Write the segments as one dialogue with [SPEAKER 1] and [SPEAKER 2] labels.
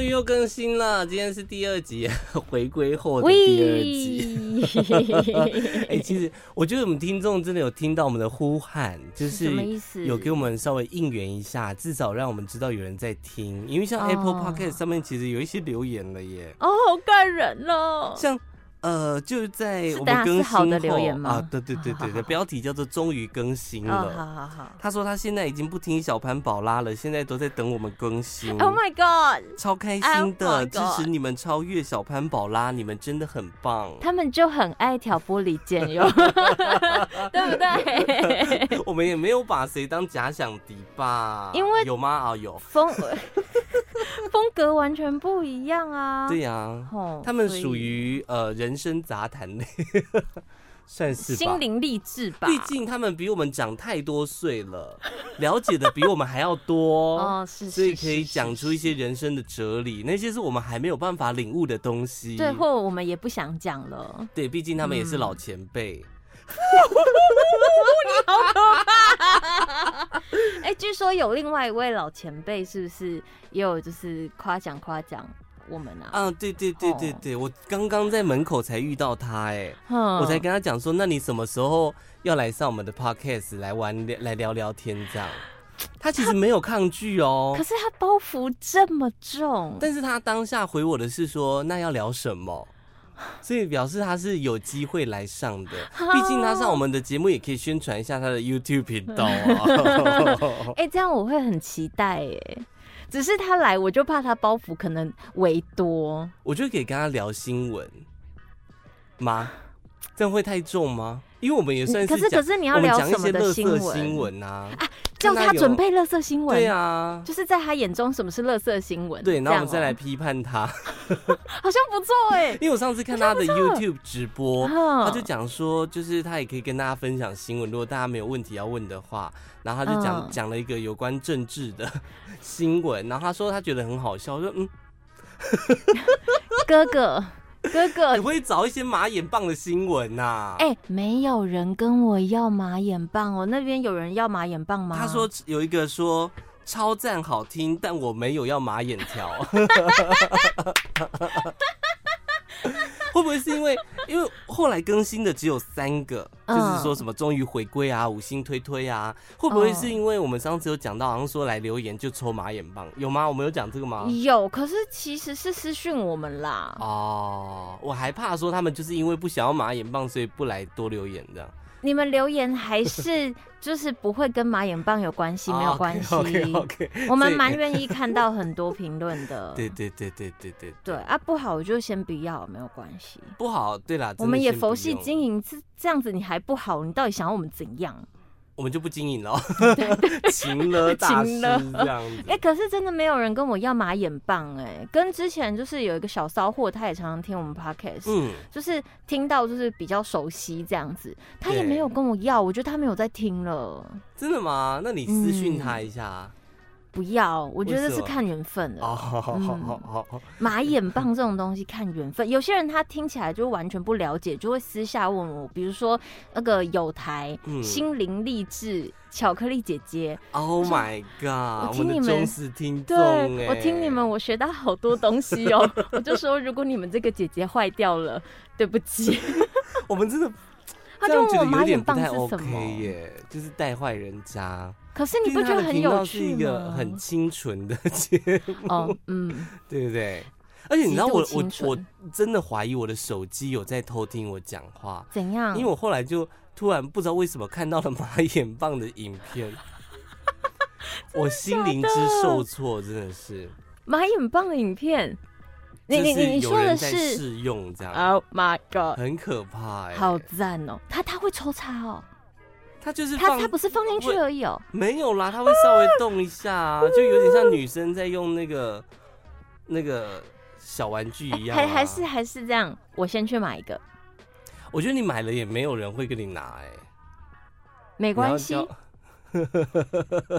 [SPEAKER 1] 于又更新了，今天是第二集， 回归后的第二集。 哎欸，其实我觉得我们听众真的有听到我们的呼喊，就是有给我们稍微应援一下，至少让我们知道有人在听。因为像 Apple Podcast 上面其实有一些留言了耶。
[SPEAKER 2] 哦，好感人哦！
[SPEAKER 1] 像。呃，就在我们更新后啊，对对对对对，标题叫做“终于更新了”。
[SPEAKER 2] 哦好好好，
[SPEAKER 1] 他说他现在已经不听小潘宝拉了，现在都在等我们更新。
[SPEAKER 2] Oh my god，
[SPEAKER 1] 超开心
[SPEAKER 2] Oh
[SPEAKER 1] 的，支持你们超越小潘宝拉，你们真的很棒。
[SPEAKER 2] 他们就很爱挑拨离 间哟，对不 对？
[SPEAKER 1] 我们也没有把谁当假想敌吧？
[SPEAKER 2] 因为
[SPEAKER 1] 有吗？啊，有
[SPEAKER 2] 风风格完全不一样啊。
[SPEAKER 1] 对呀，他们属于呃人。人生杂谈类 算是
[SPEAKER 2] 心灵励志吧。
[SPEAKER 1] 毕竟他们比我们长太多岁了， 了解的比我们还要多
[SPEAKER 2] 哦，是,是,是,是，
[SPEAKER 1] 所以可以讲出一些人生的哲理，那些是我们还没有办法领悟的东西。
[SPEAKER 2] 对，或我们也不想讲了。
[SPEAKER 1] 对，毕竟他们也是老前辈。嗯
[SPEAKER 2] 你好可怕！哎欸，据说有另外一位老前辈，是不是也有就是夸奖夸奖？我们啊，
[SPEAKER 1] 嗯、啊，对对对对对，哦、我刚刚在门口才遇到他、欸，哎、嗯，我才跟他讲说，那你什么时候要来上我们的 podcast 来玩来聊聊天这样？他其实没有抗拒哦，
[SPEAKER 2] 可是他包袱这么重，
[SPEAKER 1] 但是他当下回我的是说，那要聊什么？所以表示他是有机会来上的，毕竟他上我们的节目也可以宣传一下他的 YouTube 频道 啊。
[SPEAKER 2] 哎欸，这样我会很期待哎、欸。只是他来，我就怕他包袱可能为多，
[SPEAKER 1] 我就可以跟他聊新闻吗？这样会太重吗？因为我们也算是
[SPEAKER 2] 嗯可是可是你要聊
[SPEAKER 1] 什么
[SPEAKER 2] 的
[SPEAKER 1] 新闻
[SPEAKER 2] 啊？啊，叫他准备乐色新闻，
[SPEAKER 1] 对啊，
[SPEAKER 2] 就是在他眼中什么是乐色新闻？哦
[SPEAKER 1] 对，然后我们再来批判他，
[SPEAKER 2] 好像不错嗯哎、欸。
[SPEAKER 1] 因为我上次看他的 YouTube 直播，
[SPEAKER 2] 啊
[SPEAKER 1] 他就讲说，就是他也可以跟大家分享新闻，如果大家没有问题要问的话。然后他就讲讲、嗯、了一个有关政治的 新闻，然后他说他觉得很好笑，我说嗯，
[SPEAKER 2] 哥哥哥哥，
[SPEAKER 1] 你 会找一些马眼棒的新闻呐、啊？
[SPEAKER 2] 呃哎、欸，没有人跟我要马眼棒哦，那边有人要马眼棒吗？
[SPEAKER 1] 他说有一个说。超赞好听，但我没有要马眼条。 会不会是因为，因为后来更新的只有三个，嗯、就是说什么终于回归啊，五星推推啊，会不会是因为我们上次有讲到，好像说来留言就抽马眼棒，有吗？我们有讲这个吗？
[SPEAKER 2] 有，可是其实是私讯我们啦。
[SPEAKER 1] 哦，我还怕说他们就是因为不想要马眼棒，所以不来多留言这样。
[SPEAKER 2] 你们留言还是 就是不会跟马眼棒有关系，没有关系。
[SPEAKER 1] 哦 OK，
[SPEAKER 2] 我们蛮愿意看到很多评论的。
[SPEAKER 1] 对对对对对对。
[SPEAKER 2] 对啊，不好我就先不要，没有关系。
[SPEAKER 1] 不好，对啦，
[SPEAKER 2] 我们也佛系经营，这这样子你还不好，你到底想要我们怎样？
[SPEAKER 1] 我们就不经营了， 情了大师这样子。
[SPEAKER 2] 哎，可是真的没有人跟我要马眼棒哎，跟之前就是有一个小骚货，他也常常听我们 podcast，嗯，就是听到就是比较熟悉这样子，他也没有跟我要，我觉得他没有在听了。
[SPEAKER 1] 真的吗？那你私讯他一下。
[SPEAKER 2] 不要，我觉得是看缘分的。
[SPEAKER 1] 哦，好好好好。
[SPEAKER 2] 马眼棒这种东西看缘分，有些人他听起来就完全不了解，就会私下问我。比如说那个有台、嗯、心灵励志巧克力姐姐
[SPEAKER 1] ，Oh my god！
[SPEAKER 2] 我听你们，
[SPEAKER 1] 我
[SPEAKER 2] 听对，
[SPEAKER 1] 哎
[SPEAKER 2] 我听你们，我学到好多东 西哦。我就说，如果你们这个姐姐坏掉了，对不 起，
[SPEAKER 1] 我们真的。
[SPEAKER 2] 他就问我马眼棒
[SPEAKER 1] 是
[SPEAKER 2] 什么
[SPEAKER 1] 耶，就是带坏人家。
[SPEAKER 2] 可是你不觉得很有趣
[SPEAKER 1] 是一个很清纯的节目，
[SPEAKER 2] 哦，嗯，
[SPEAKER 1] 对不对？而且你知道我我我真的怀疑我的手机有在偷听我讲话，
[SPEAKER 2] 怎样？
[SPEAKER 1] 因为我后来就突然不知道为什么看到了马眼棒的影 片，我心灵之受挫，真的是
[SPEAKER 2] 马眼棒的影片。你你你你说的是
[SPEAKER 1] 试啊用这样
[SPEAKER 2] ？Oh my god，
[SPEAKER 1] 很可怕哎、欸！
[SPEAKER 2] 好赞哦，他他会抽插哦，
[SPEAKER 1] 他就是
[SPEAKER 2] 他他不是放进去而已哦，
[SPEAKER 1] 没有啦，他会稍微动一下、啊，啊、就有点像女生在用那个那个小玩具一样、啊
[SPEAKER 2] 欸，还还是还是这样。我先去买一个，
[SPEAKER 1] 我觉得你买了也没有人会跟你拿哎、欸，
[SPEAKER 2] 没关系。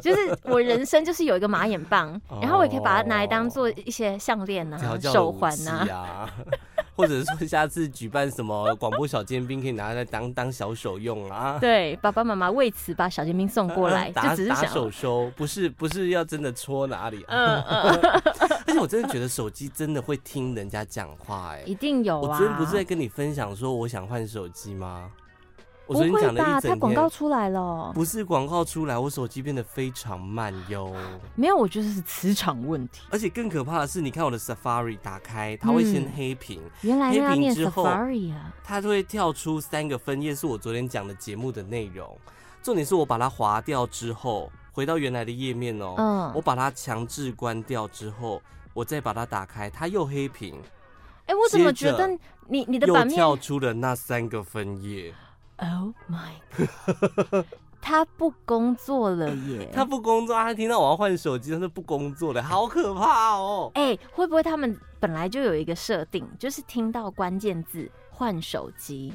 [SPEAKER 2] 就是我人生就是有一个马 眼棒，然后我也可以把它拿来
[SPEAKER 1] 哦
[SPEAKER 2] 当做一些项链呐、手环呐、
[SPEAKER 1] 啊， 或者说下次举办什么广播小尖兵，可以拿来当当小手用啊。嗯
[SPEAKER 2] 对，爸爸妈妈为此把小 尖兵送过来，就只是
[SPEAKER 1] 打手收，不是不是要真的戳哪里。啊
[SPEAKER 2] 嗯嗯。
[SPEAKER 1] 而且我真的觉得手机真的会听人家讲话、欸，哎，
[SPEAKER 2] 一定有
[SPEAKER 1] 我
[SPEAKER 2] 啊。
[SPEAKER 1] 昨天不是在跟你分享说我想换手机吗？我
[SPEAKER 2] 不
[SPEAKER 1] 昨天
[SPEAKER 2] 会
[SPEAKER 1] 讲了
[SPEAKER 2] 吧？
[SPEAKER 1] 一
[SPEAKER 2] 它
[SPEAKER 1] 整
[SPEAKER 2] 广告
[SPEAKER 1] 天，
[SPEAKER 2] 出来了，
[SPEAKER 1] 不是广告出来，我手机变得非常慢哟。
[SPEAKER 2] 没有，我觉得是磁场问题。
[SPEAKER 1] 而且更可怕的是，你看我的 Safari 打开，它会先
[SPEAKER 2] 嗯
[SPEAKER 1] 黑屏，
[SPEAKER 2] 原来
[SPEAKER 1] 黑
[SPEAKER 2] 那要
[SPEAKER 1] 屏
[SPEAKER 2] 念
[SPEAKER 1] 之后
[SPEAKER 2] Safari 啊，
[SPEAKER 1] 它就会跳出三个分页，是我昨天讲的节目的内容。重点是我把它划掉之后，回到原来的页面哦、
[SPEAKER 2] 嗯
[SPEAKER 1] 我把它强制关掉之后，我再把它打开，它又黑屏，
[SPEAKER 2] 哎、我怎么
[SPEAKER 1] 接
[SPEAKER 2] 觉
[SPEAKER 1] 着
[SPEAKER 2] 得你你的
[SPEAKER 1] 又
[SPEAKER 2] 版面
[SPEAKER 1] 跳出了那三个分页。
[SPEAKER 2] ？Oh my god！他 不工作了耶！
[SPEAKER 1] 他不工作，他听到我要换手机，他是不工作 的，好可怕哦、
[SPEAKER 2] 哎、会不会他们本来就有一个设定，就是听到关键字换手机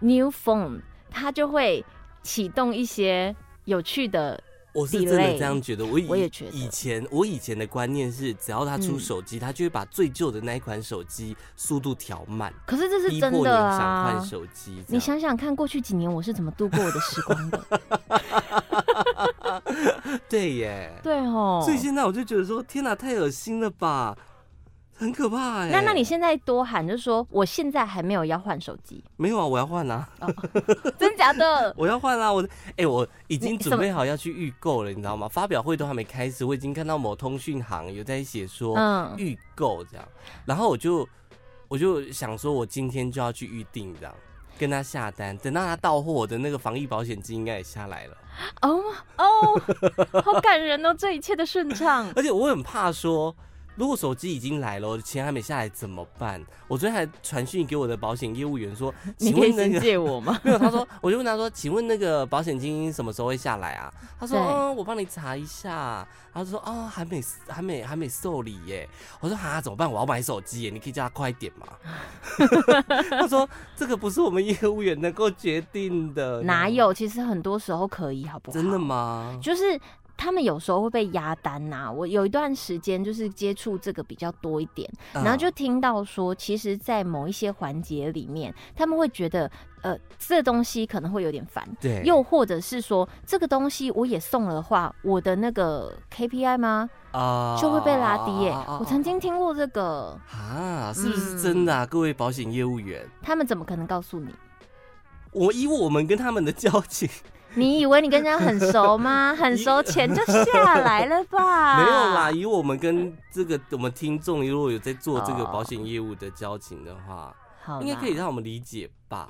[SPEAKER 2] ，new phone，它就会启动一些有趣的，
[SPEAKER 1] 我是真的这样觉得，我以
[SPEAKER 2] 我也觉得嗯
[SPEAKER 1] 以前我以前的观念是，只要他出手机，他就会把最旧的那一款手机速度调慢，
[SPEAKER 2] 可是这是
[SPEAKER 1] 逼迫
[SPEAKER 2] 真
[SPEAKER 1] 你
[SPEAKER 2] 的
[SPEAKER 1] 想
[SPEAKER 2] 啊
[SPEAKER 1] 换！手机。这
[SPEAKER 2] 你
[SPEAKER 1] 样
[SPEAKER 2] 想想看，过去几年我是怎么度过我的时 光的？
[SPEAKER 1] 对耶，
[SPEAKER 2] 对哦，
[SPEAKER 1] 所以现在我就觉得说，天哪、太恶心了吧，很可怕哎。
[SPEAKER 2] 那那你现在多喊，就说我现在还没有要换手 机，
[SPEAKER 1] 没有啊？我要换 啊！
[SPEAKER 2] 真假的？
[SPEAKER 1] 我要换啊！我哎、我已经
[SPEAKER 2] 你
[SPEAKER 1] 准备好要去预购了，你知道吗？发表会都还没开始，我已经看到某通讯行有在写说，
[SPEAKER 2] 嗯，
[SPEAKER 1] 预购这样，然后我就我就想说，我今天就要去预定这样，跟他下单，等到他到货，我的那个防疫保险金应该也下来了。
[SPEAKER 2] 哦哦，好感人哦，这一切的顺畅。
[SPEAKER 1] 而且我很怕说，如果手机已经来了，我的钱还没下来怎么办？我昨天还传讯给我的保险业务员 说，
[SPEAKER 2] 你
[SPEAKER 1] 请
[SPEAKER 2] 可以
[SPEAKER 1] 问那
[SPEAKER 2] 先
[SPEAKER 1] 个。
[SPEAKER 2] 借我 吗？
[SPEAKER 1] 没有，他说，我就问他说，请问那个保险金什么时候会下来啊？他说，
[SPEAKER 2] 对
[SPEAKER 1] 嗯，我帮你查一下。他说，哦，还没，还没，还没受理耶。我说，哈，怎么办？我要买手机耶，你可以叫他快一点 吗？他说，这个不是我们业务员能够决定的。
[SPEAKER 2] 哪？有？其实很多时候可以，好不好？
[SPEAKER 1] 真的？吗？
[SPEAKER 2] 就是他们有时候会被压单呐、我有一段时间就是接触这个比较多一点，然后就
[SPEAKER 1] 啊
[SPEAKER 2] 听到说，其实，在某一些环节里面，他们会觉得，呃，这东西可能会有点烦。
[SPEAKER 1] 嗯对，
[SPEAKER 2] 又或者是说，这个东西我也送了的话，我的那个 KPI 吗
[SPEAKER 1] 啊
[SPEAKER 2] 就会被拉低耶、
[SPEAKER 1] 啊啊啊啊
[SPEAKER 2] 我曾经听过这个，
[SPEAKER 1] 啊，是不
[SPEAKER 2] 嗯
[SPEAKER 1] 是真的啊？各位保险业务员，
[SPEAKER 2] 他们怎么可能告诉你？
[SPEAKER 1] 我以我们跟他们的交情，
[SPEAKER 2] 你以为你跟人家很熟 吗？很熟，钱就下来了吧？
[SPEAKER 1] 没有
[SPEAKER 2] 啊
[SPEAKER 1] 啦，，以我们跟这个我们听众如果有在做这个
[SPEAKER 2] 哦
[SPEAKER 1] 保险业务的交情的话，
[SPEAKER 2] 好啦，
[SPEAKER 1] 应该可以让我们理解吧？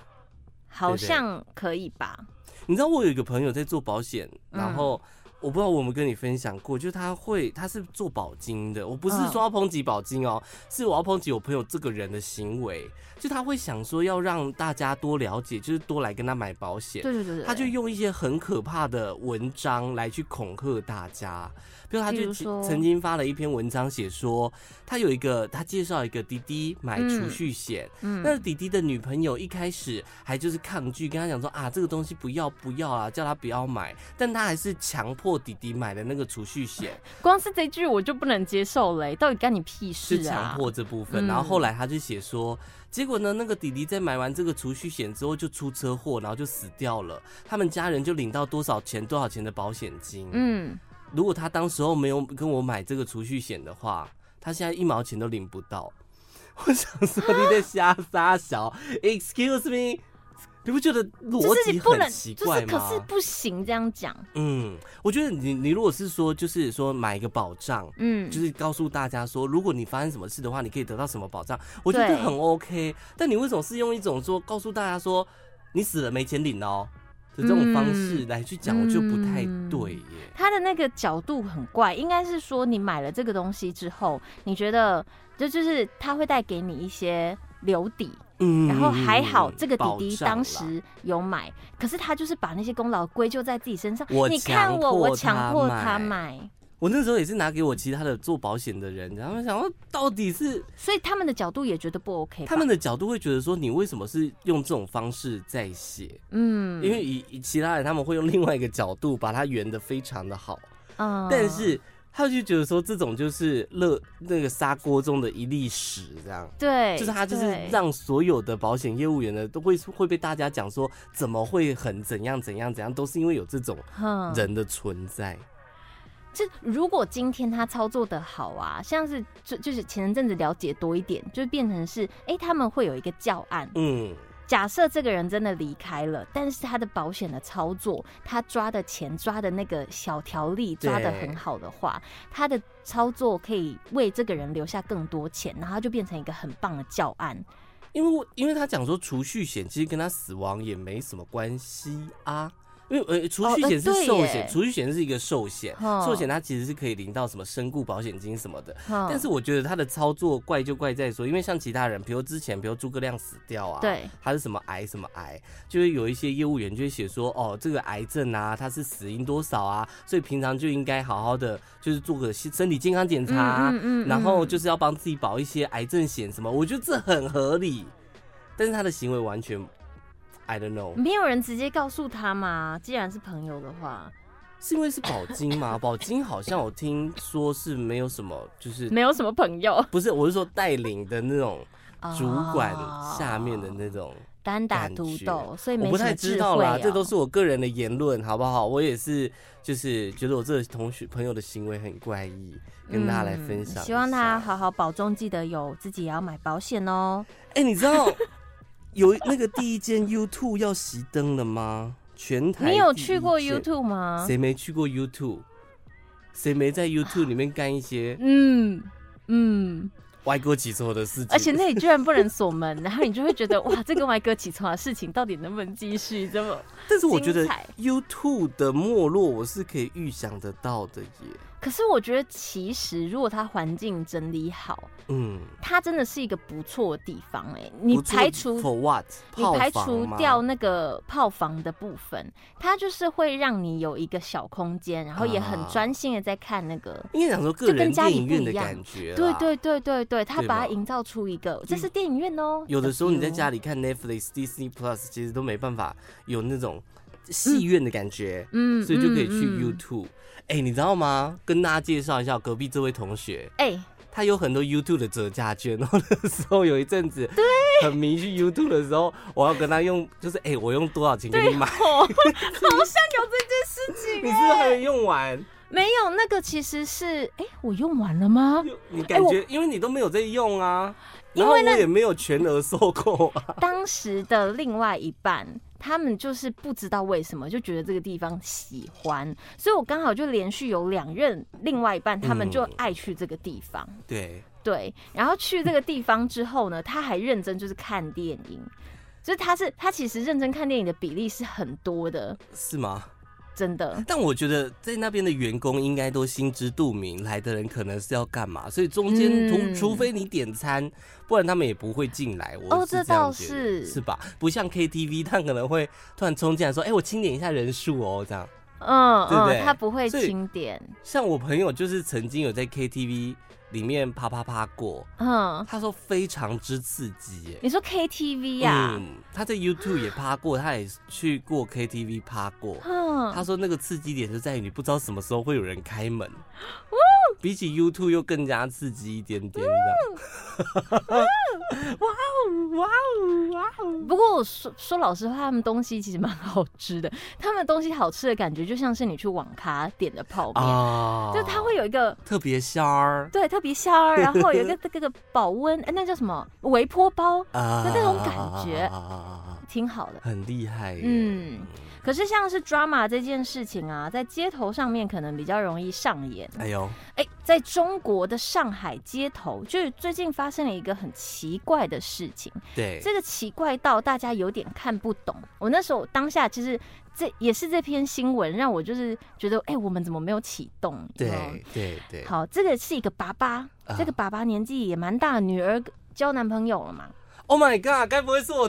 [SPEAKER 2] 好
[SPEAKER 1] 对不对
[SPEAKER 2] 像可以吧？
[SPEAKER 1] 你知道我有一个朋友在做保险，
[SPEAKER 2] 嗯
[SPEAKER 1] 然后。我不知道我们跟你分享过，就是他会，他是做保金的。我不是
[SPEAKER 2] 嗯
[SPEAKER 1] 说要抨击保金哦，是我要抨击我朋友这个人的行为，就他会想说要让大家多了解，就是多来跟他买保险。
[SPEAKER 2] 对对对对，
[SPEAKER 1] 他就用一些很可怕的文章来去恐吓大家，比如他
[SPEAKER 2] 比
[SPEAKER 1] 就
[SPEAKER 2] 如说
[SPEAKER 1] 曾经发了一篇文章，写说他有一个他介绍一个弟弟买储
[SPEAKER 2] 嗯
[SPEAKER 1] 蓄险，
[SPEAKER 2] 嗯
[SPEAKER 1] 那弟弟的女朋友一开始还就是抗拒，跟他讲说啊这个东西不要不要啊，叫他不要买，但他还是强迫弟弟买的那个储蓄险，
[SPEAKER 2] 光是这句我就不能接受嘞、到底干你屁
[SPEAKER 1] 是
[SPEAKER 2] 事
[SPEAKER 1] 强
[SPEAKER 2] 啊？
[SPEAKER 1] 迫这部分。
[SPEAKER 2] 嗯
[SPEAKER 1] 然后后来他就写说，结果呢，那个弟弟在买完这个储蓄险之后就出车祸，然后就死掉了。他们家人就领到多少钱多少钱的保险金。
[SPEAKER 2] 嗯，
[SPEAKER 1] 如果他当时候没有跟我买这个储蓄险的话，他现在一毛钱都领不到。 我想说你在瞎撒小，Excuse me，你不觉得
[SPEAKER 2] 就
[SPEAKER 1] 逻
[SPEAKER 2] 是
[SPEAKER 1] 辑
[SPEAKER 2] 你不能，
[SPEAKER 1] 很奇
[SPEAKER 2] 就
[SPEAKER 1] 怪
[SPEAKER 2] 是
[SPEAKER 1] 吗？
[SPEAKER 2] 可是不行这样讲，
[SPEAKER 1] 嗯，我觉得你你如果是说就是说买一个保障，
[SPEAKER 2] 嗯，
[SPEAKER 1] 就是告诉大家说，如果你发生什么事的话，你可以得到什么保障，我觉得很 OK。但你为什么是用一种说告诉大家说你死了没钱领哦的这种方式来去讲，
[SPEAKER 2] 嗯
[SPEAKER 1] 我就不太对耶。
[SPEAKER 2] 他的那个角度很怪，应该是说你买了这个东西之后，你觉得这就是他会带给你一些留底，
[SPEAKER 1] 嗯
[SPEAKER 2] 然后还好这个弟
[SPEAKER 1] 保
[SPEAKER 2] 弟
[SPEAKER 1] 障啦
[SPEAKER 2] 当时有买，可是他就是把那些功劳归咎在自己身上。
[SPEAKER 1] 我
[SPEAKER 2] 你看我，我强迫他
[SPEAKER 1] 买，
[SPEAKER 2] 买，
[SPEAKER 1] 我那时候也是拿给我其他的做保险的人，然后想说到底是
[SPEAKER 2] 所以他们的角度也觉得不 OK 吧。
[SPEAKER 1] 他们的角度会觉得说，你为什么是用这种方式在写？
[SPEAKER 2] 嗯，
[SPEAKER 1] 因为以以其他人他们会用另外一个角度把它圆的非常的好。
[SPEAKER 2] 嗯
[SPEAKER 1] 但是他就觉得说这种就是热那个砂锅中的一粒屎，这样。
[SPEAKER 2] 对，
[SPEAKER 1] 就是他，就是
[SPEAKER 2] 对
[SPEAKER 1] 让所有的保险业务员呢，都会会被大家讲说
[SPEAKER 2] 嗯
[SPEAKER 1] 怎么会很怎样怎样怎样，都是因为有这种
[SPEAKER 2] 哼
[SPEAKER 1] 人的存在。
[SPEAKER 2] 这如果今天他操作的好啊，像是就就是前阵子了解多一点，就变成是哎、欸、他们会有一个教案，
[SPEAKER 1] 嗯，
[SPEAKER 2] 假设这个人真的离开了，但是他的保险的操作，他抓的钱抓的那个小条例抓的很好的话，他的操作可以为这个人留下更多钱，然后就变成一个很棒的教案。
[SPEAKER 1] 因为我因为他讲说储蓄险其实跟他死亡也没什么关系啊。因为呃，储蓄险是寿险，储、哦呃、蓄险是一个寿险，
[SPEAKER 2] 嗯
[SPEAKER 1] 寿险它其实是可以领到什么身故保险金什么的。但是我觉得它的操作怪就怪在说，因为像其他人，比如之前，比如诸葛亮死掉啊，
[SPEAKER 2] 对，
[SPEAKER 1] 他是什么癌什么癌，就会有一些业务员就会写说，哦，这个癌症啊，它是死因多少啊，所以平常就应该好好的就是做个身体健康检查、啊，嗯嗯嗯然后就是要帮自己保一些癌症险什么，我觉得这很合理，但是他的行为完全。I don't know，
[SPEAKER 2] 没有人直接告诉他嘛。既然是朋友的话，
[SPEAKER 1] 是因为是宝金 吗？宝金好像我听说是没有什么，就是
[SPEAKER 2] 没有什么朋友。
[SPEAKER 1] 不是，我是说带领的那种
[SPEAKER 2] 啊
[SPEAKER 1] 主管下面的那种
[SPEAKER 2] 单打独斗，所以、
[SPEAKER 1] 哦、我不太知道
[SPEAKER 2] 啊
[SPEAKER 1] 啦。这都是我个人的言论，好不好？我也是，就是觉得我这同学朋友的行为很怪异，跟大家来分享、嗯。
[SPEAKER 2] 希望大家好好保重，记得有自己也要买保险哦。
[SPEAKER 1] 哎、欸，你知道？有那个第一间 YouTube 要熄灯了吗？全台
[SPEAKER 2] 你有去过 YouTube 吗？
[SPEAKER 1] 谁没去过 YouTube？谁没在 YouTube 里面干一些
[SPEAKER 2] 嗯嗯
[SPEAKER 1] 歪哥起错的事情？
[SPEAKER 2] 而且那里居然不能锁门，然后你就会觉得哇，这个歪哥起错的事情到底能不能继续？这么
[SPEAKER 1] 但是我觉得 YouTube 的没落我是可以预想得到的耶。
[SPEAKER 2] 可是我觉得，其实如果它环境整理好，
[SPEAKER 1] 嗯，
[SPEAKER 2] 它真的是一个不错的地方、欸。哎，你排除
[SPEAKER 1] for what，
[SPEAKER 2] 你排除掉那个炮房的部分，它就是会让你有一个小空间，然后也很专心的在看那个。
[SPEAKER 1] 因为讲说个人电影院的感觉，
[SPEAKER 2] 对对对对对，它把它营造出一个这是电影院哦、喔。
[SPEAKER 1] 有的时候你在家里看 Netflix、Disney Plus，其实都没办法有那种。戏院的感觉，
[SPEAKER 2] 嗯，
[SPEAKER 1] 所以就可以去 YouTube。哎、嗯嗯嗯欸，你知道吗？跟大家介绍一下隔壁这位同学，
[SPEAKER 2] 哎、欸，
[SPEAKER 1] 他有很多 YouTube 的折价券。然后那时候有一阵子，
[SPEAKER 2] 对，
[SPEAKER 1] 很迷去 YouTube 的时候，我要跟他用，就是哎、欸，我用多少钱给你买？
[SPEAKER 2] 哦、好像有这件事 情，
[SPEAKER 1] 你是不是还没用完？
[SPEAKER 2] 没有，那个其实是，哎，我用完了吗？
[SPEAKER 1] 你感觉，因为你都没有在用啊，因为我也没有全额收购啊。
[SPEAKER 2] 当时的另外一半。他们就是不知道为什么就觉得这个地方喜欢，所以我刚好就连续有两任另外一半，他们
[SPEAKER 1] 嗯
[SPEAKER 2] 就爱去这个地方。嗯、
[SPEAKER 1] 对
[SPEAKER 2] 对，然后去这个地方之后呢，他还认真就是看电影，就是他是他其实认真看电影的比例是很多的，
[SPEAKER 1] 是吗？
[SPEAKER 2] 真的，
[SPEAKER 1] 但我觉得在那边的员工应该都心知肚明，来的人可能是要干嘛，所以中间除、嗯、除非你点餐，不然他们也不会进来。我
[SPEAKER 2] 哦，这倒
[SPEAKER 1] 是是吧？不像 KTV，他可能会突然冲进来说：“哎、欸，我清点一下人数哦，这样。”
[SPEAKER 2] 嗯，
[SPEAKER 1] 对不对？
[SPEAKER 2] 嗯、他不会清点。
[SPEAKER 1] 像我朋友就是曾经有在 KTV 里面啪啪啪过，
[SPEAKER 2] 嗯，
[SPEAKER 1] 他说非常之刺激耶。
[SPEAKER 2] 你说 KTV 呀、啊？
[SPEAKER 1] 嗯，他在 YouTube 也趴过，他也去过 KTV 趴过。
[SPEAKER 2] 嗯，
[SPEAKER 1] 他说那个刺激点就在于你不知道什么时候会有人开门，
[SPEAKER 2] 哦
[SPEAKER 1] 嗯、比起 YouTube 又更加刺激一点
[SPEAKER 2] 嗯
[SPEAKER 1] 点的。嗯
[SPEAKER 2] 哇哦哇哦哇哦！不过我说说老实话，他们东西其实蛮好吃的。他们东西好吃的感觉，就像是你去网咖点的泡面，
[SPEAKER 1] 哦、
[SPEAKER 2] 就它会有一个
[SPEAKER 1] 特别香儿，
[SPEAKER 2] 对，特别香儿，然后有一 个这个保温，哎那叫什么微波包，啊、就那种感觉，啊、挺好的，
[SPEAKER 1] 很厉害。
[SPEAKER 2] 嗯，可是像是 drama 这件事情啊，在街头上面可能比较容易上演。
[SPEAKER 1] 哎呦，
[SPEAKER 2] 哎，在中国的上海街头，就最近发生了一个很奇。怪的事情，
[SPEAKER 1] 对
[SPEAKER 2] 这个奇怪到大家有点看不懂。我那时候当下其实这也是这篇新闻让我就是觉得，哎、欸，我们怎么没有启动？
[SPEAKER 1] 对对对。
[SPEAKER 2] 哦好，这个是一个爸爸，啊、这个爸爸年纪也蛮大，女儿交男朋友了嘛
[SPEAKER 1] ？Oh my god！该不会是我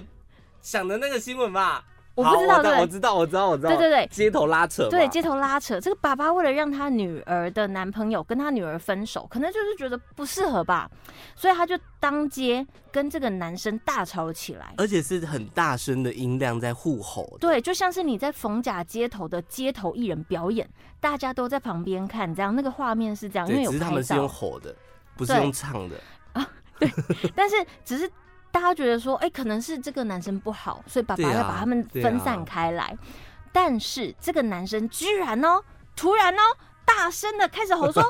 [SPEAKER 1] 想的那个新闻吧？
[SPEAKER 2] 我不知道，对，
[SPEAKER 1] 我知道，我知道，我知道，
[SPEAKER 2] 对对对，
[SPEAKER 1] 街头拉扯，
[SPEAKER 2] 对，街头拉扯。这个爸爸为了让他女儿的男朋友跟他女儿分手，可能就是觉得不适合吧，所以他就当街跟这个男生大吵了起来，
[SPEAKER 1] 而且是很大声的音量在互吼，
[SPEAKER 2] 对，就像是你在逢甲街头的街头艺人表演，大家都在旁边看，这样那个画面是这样，因为有
[SPEAKER 1] 只是他们是用吼的，不是用唱的
[SPEAKER 2] 啊，对，但是只是。大家觉得说，哎、欸，可能是这个男生不好，所以爸爸要把他们分散开来。啊啊、但是这个男生居然哦、喔，突然哦、喔。大声的开始吼 说：“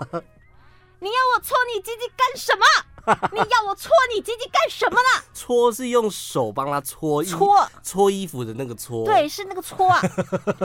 [SPEAKER 2] 你要我搓你鸡鸡干什么？你要我搓你鸡鸡干什么呢？”
[SPEAKER 1] 搓是用手帮他搓衣
[SPEAKER 2] 搓
[SPEAKER 1] 搓衣服的那个搓，
[SPEAKER 2] 对，是那个搓 啊，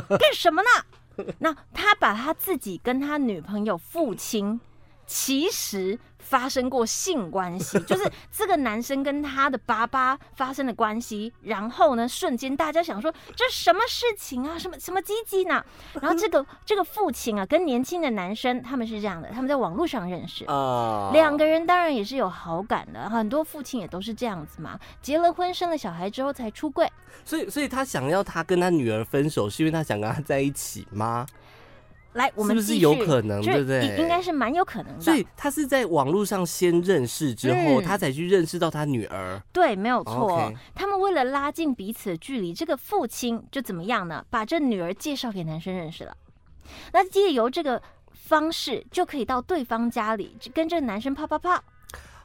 [SPEAKER 2] 干什么呢？那他把他自己跟他女朋友父亲其实发生过性关系，就是这个男生跟他的爸爸发生了关系，然后呢，瞬间大家想说这什么事情啊，什么什么鸡鸡呢？然后这个这个父亲啊，跟年轻的男生他们是这样的，他们在网络上认识，
[SPEAKER 1] 啊，
[SPEAKER 2] 两个人当然也是有好感的，很多父亲也都是这样子嘛，结了婚生了小孩之后才出柜，
[SPEAKER 1] 所以所以他想要他跟他女儿分手，是因为他想跟他在一起吗？
[SPEAKER 2] 来，我们
[SPEAKER 1] 是不是
[SPEAKER 2] 继续
[SPEAKER 1] 有可能
[SPEAKER 2] 就
[SPEAKER 1] 对
[SPEAKER 2] 是
[SPEAKER 1] 不对
[SPEAKER 2] 应应该是蛮有可能的。
[SPEAKER 1] 所以他是在网络上先认识之后，
[SPEAKER 2] 嗯
[SPEAKER 1] 他才去认识到他女儿。
[SPEAKER 2] 对，没有错。
[SPEAKER 1] OK
[SPEAKER 2] 他们为了拉近彼此的距离，这个父亲就怎么样呢？把这女儿介绍给男生认识了。那借由这个方式，就可以到对方家里就跟这个男生泡泡泡。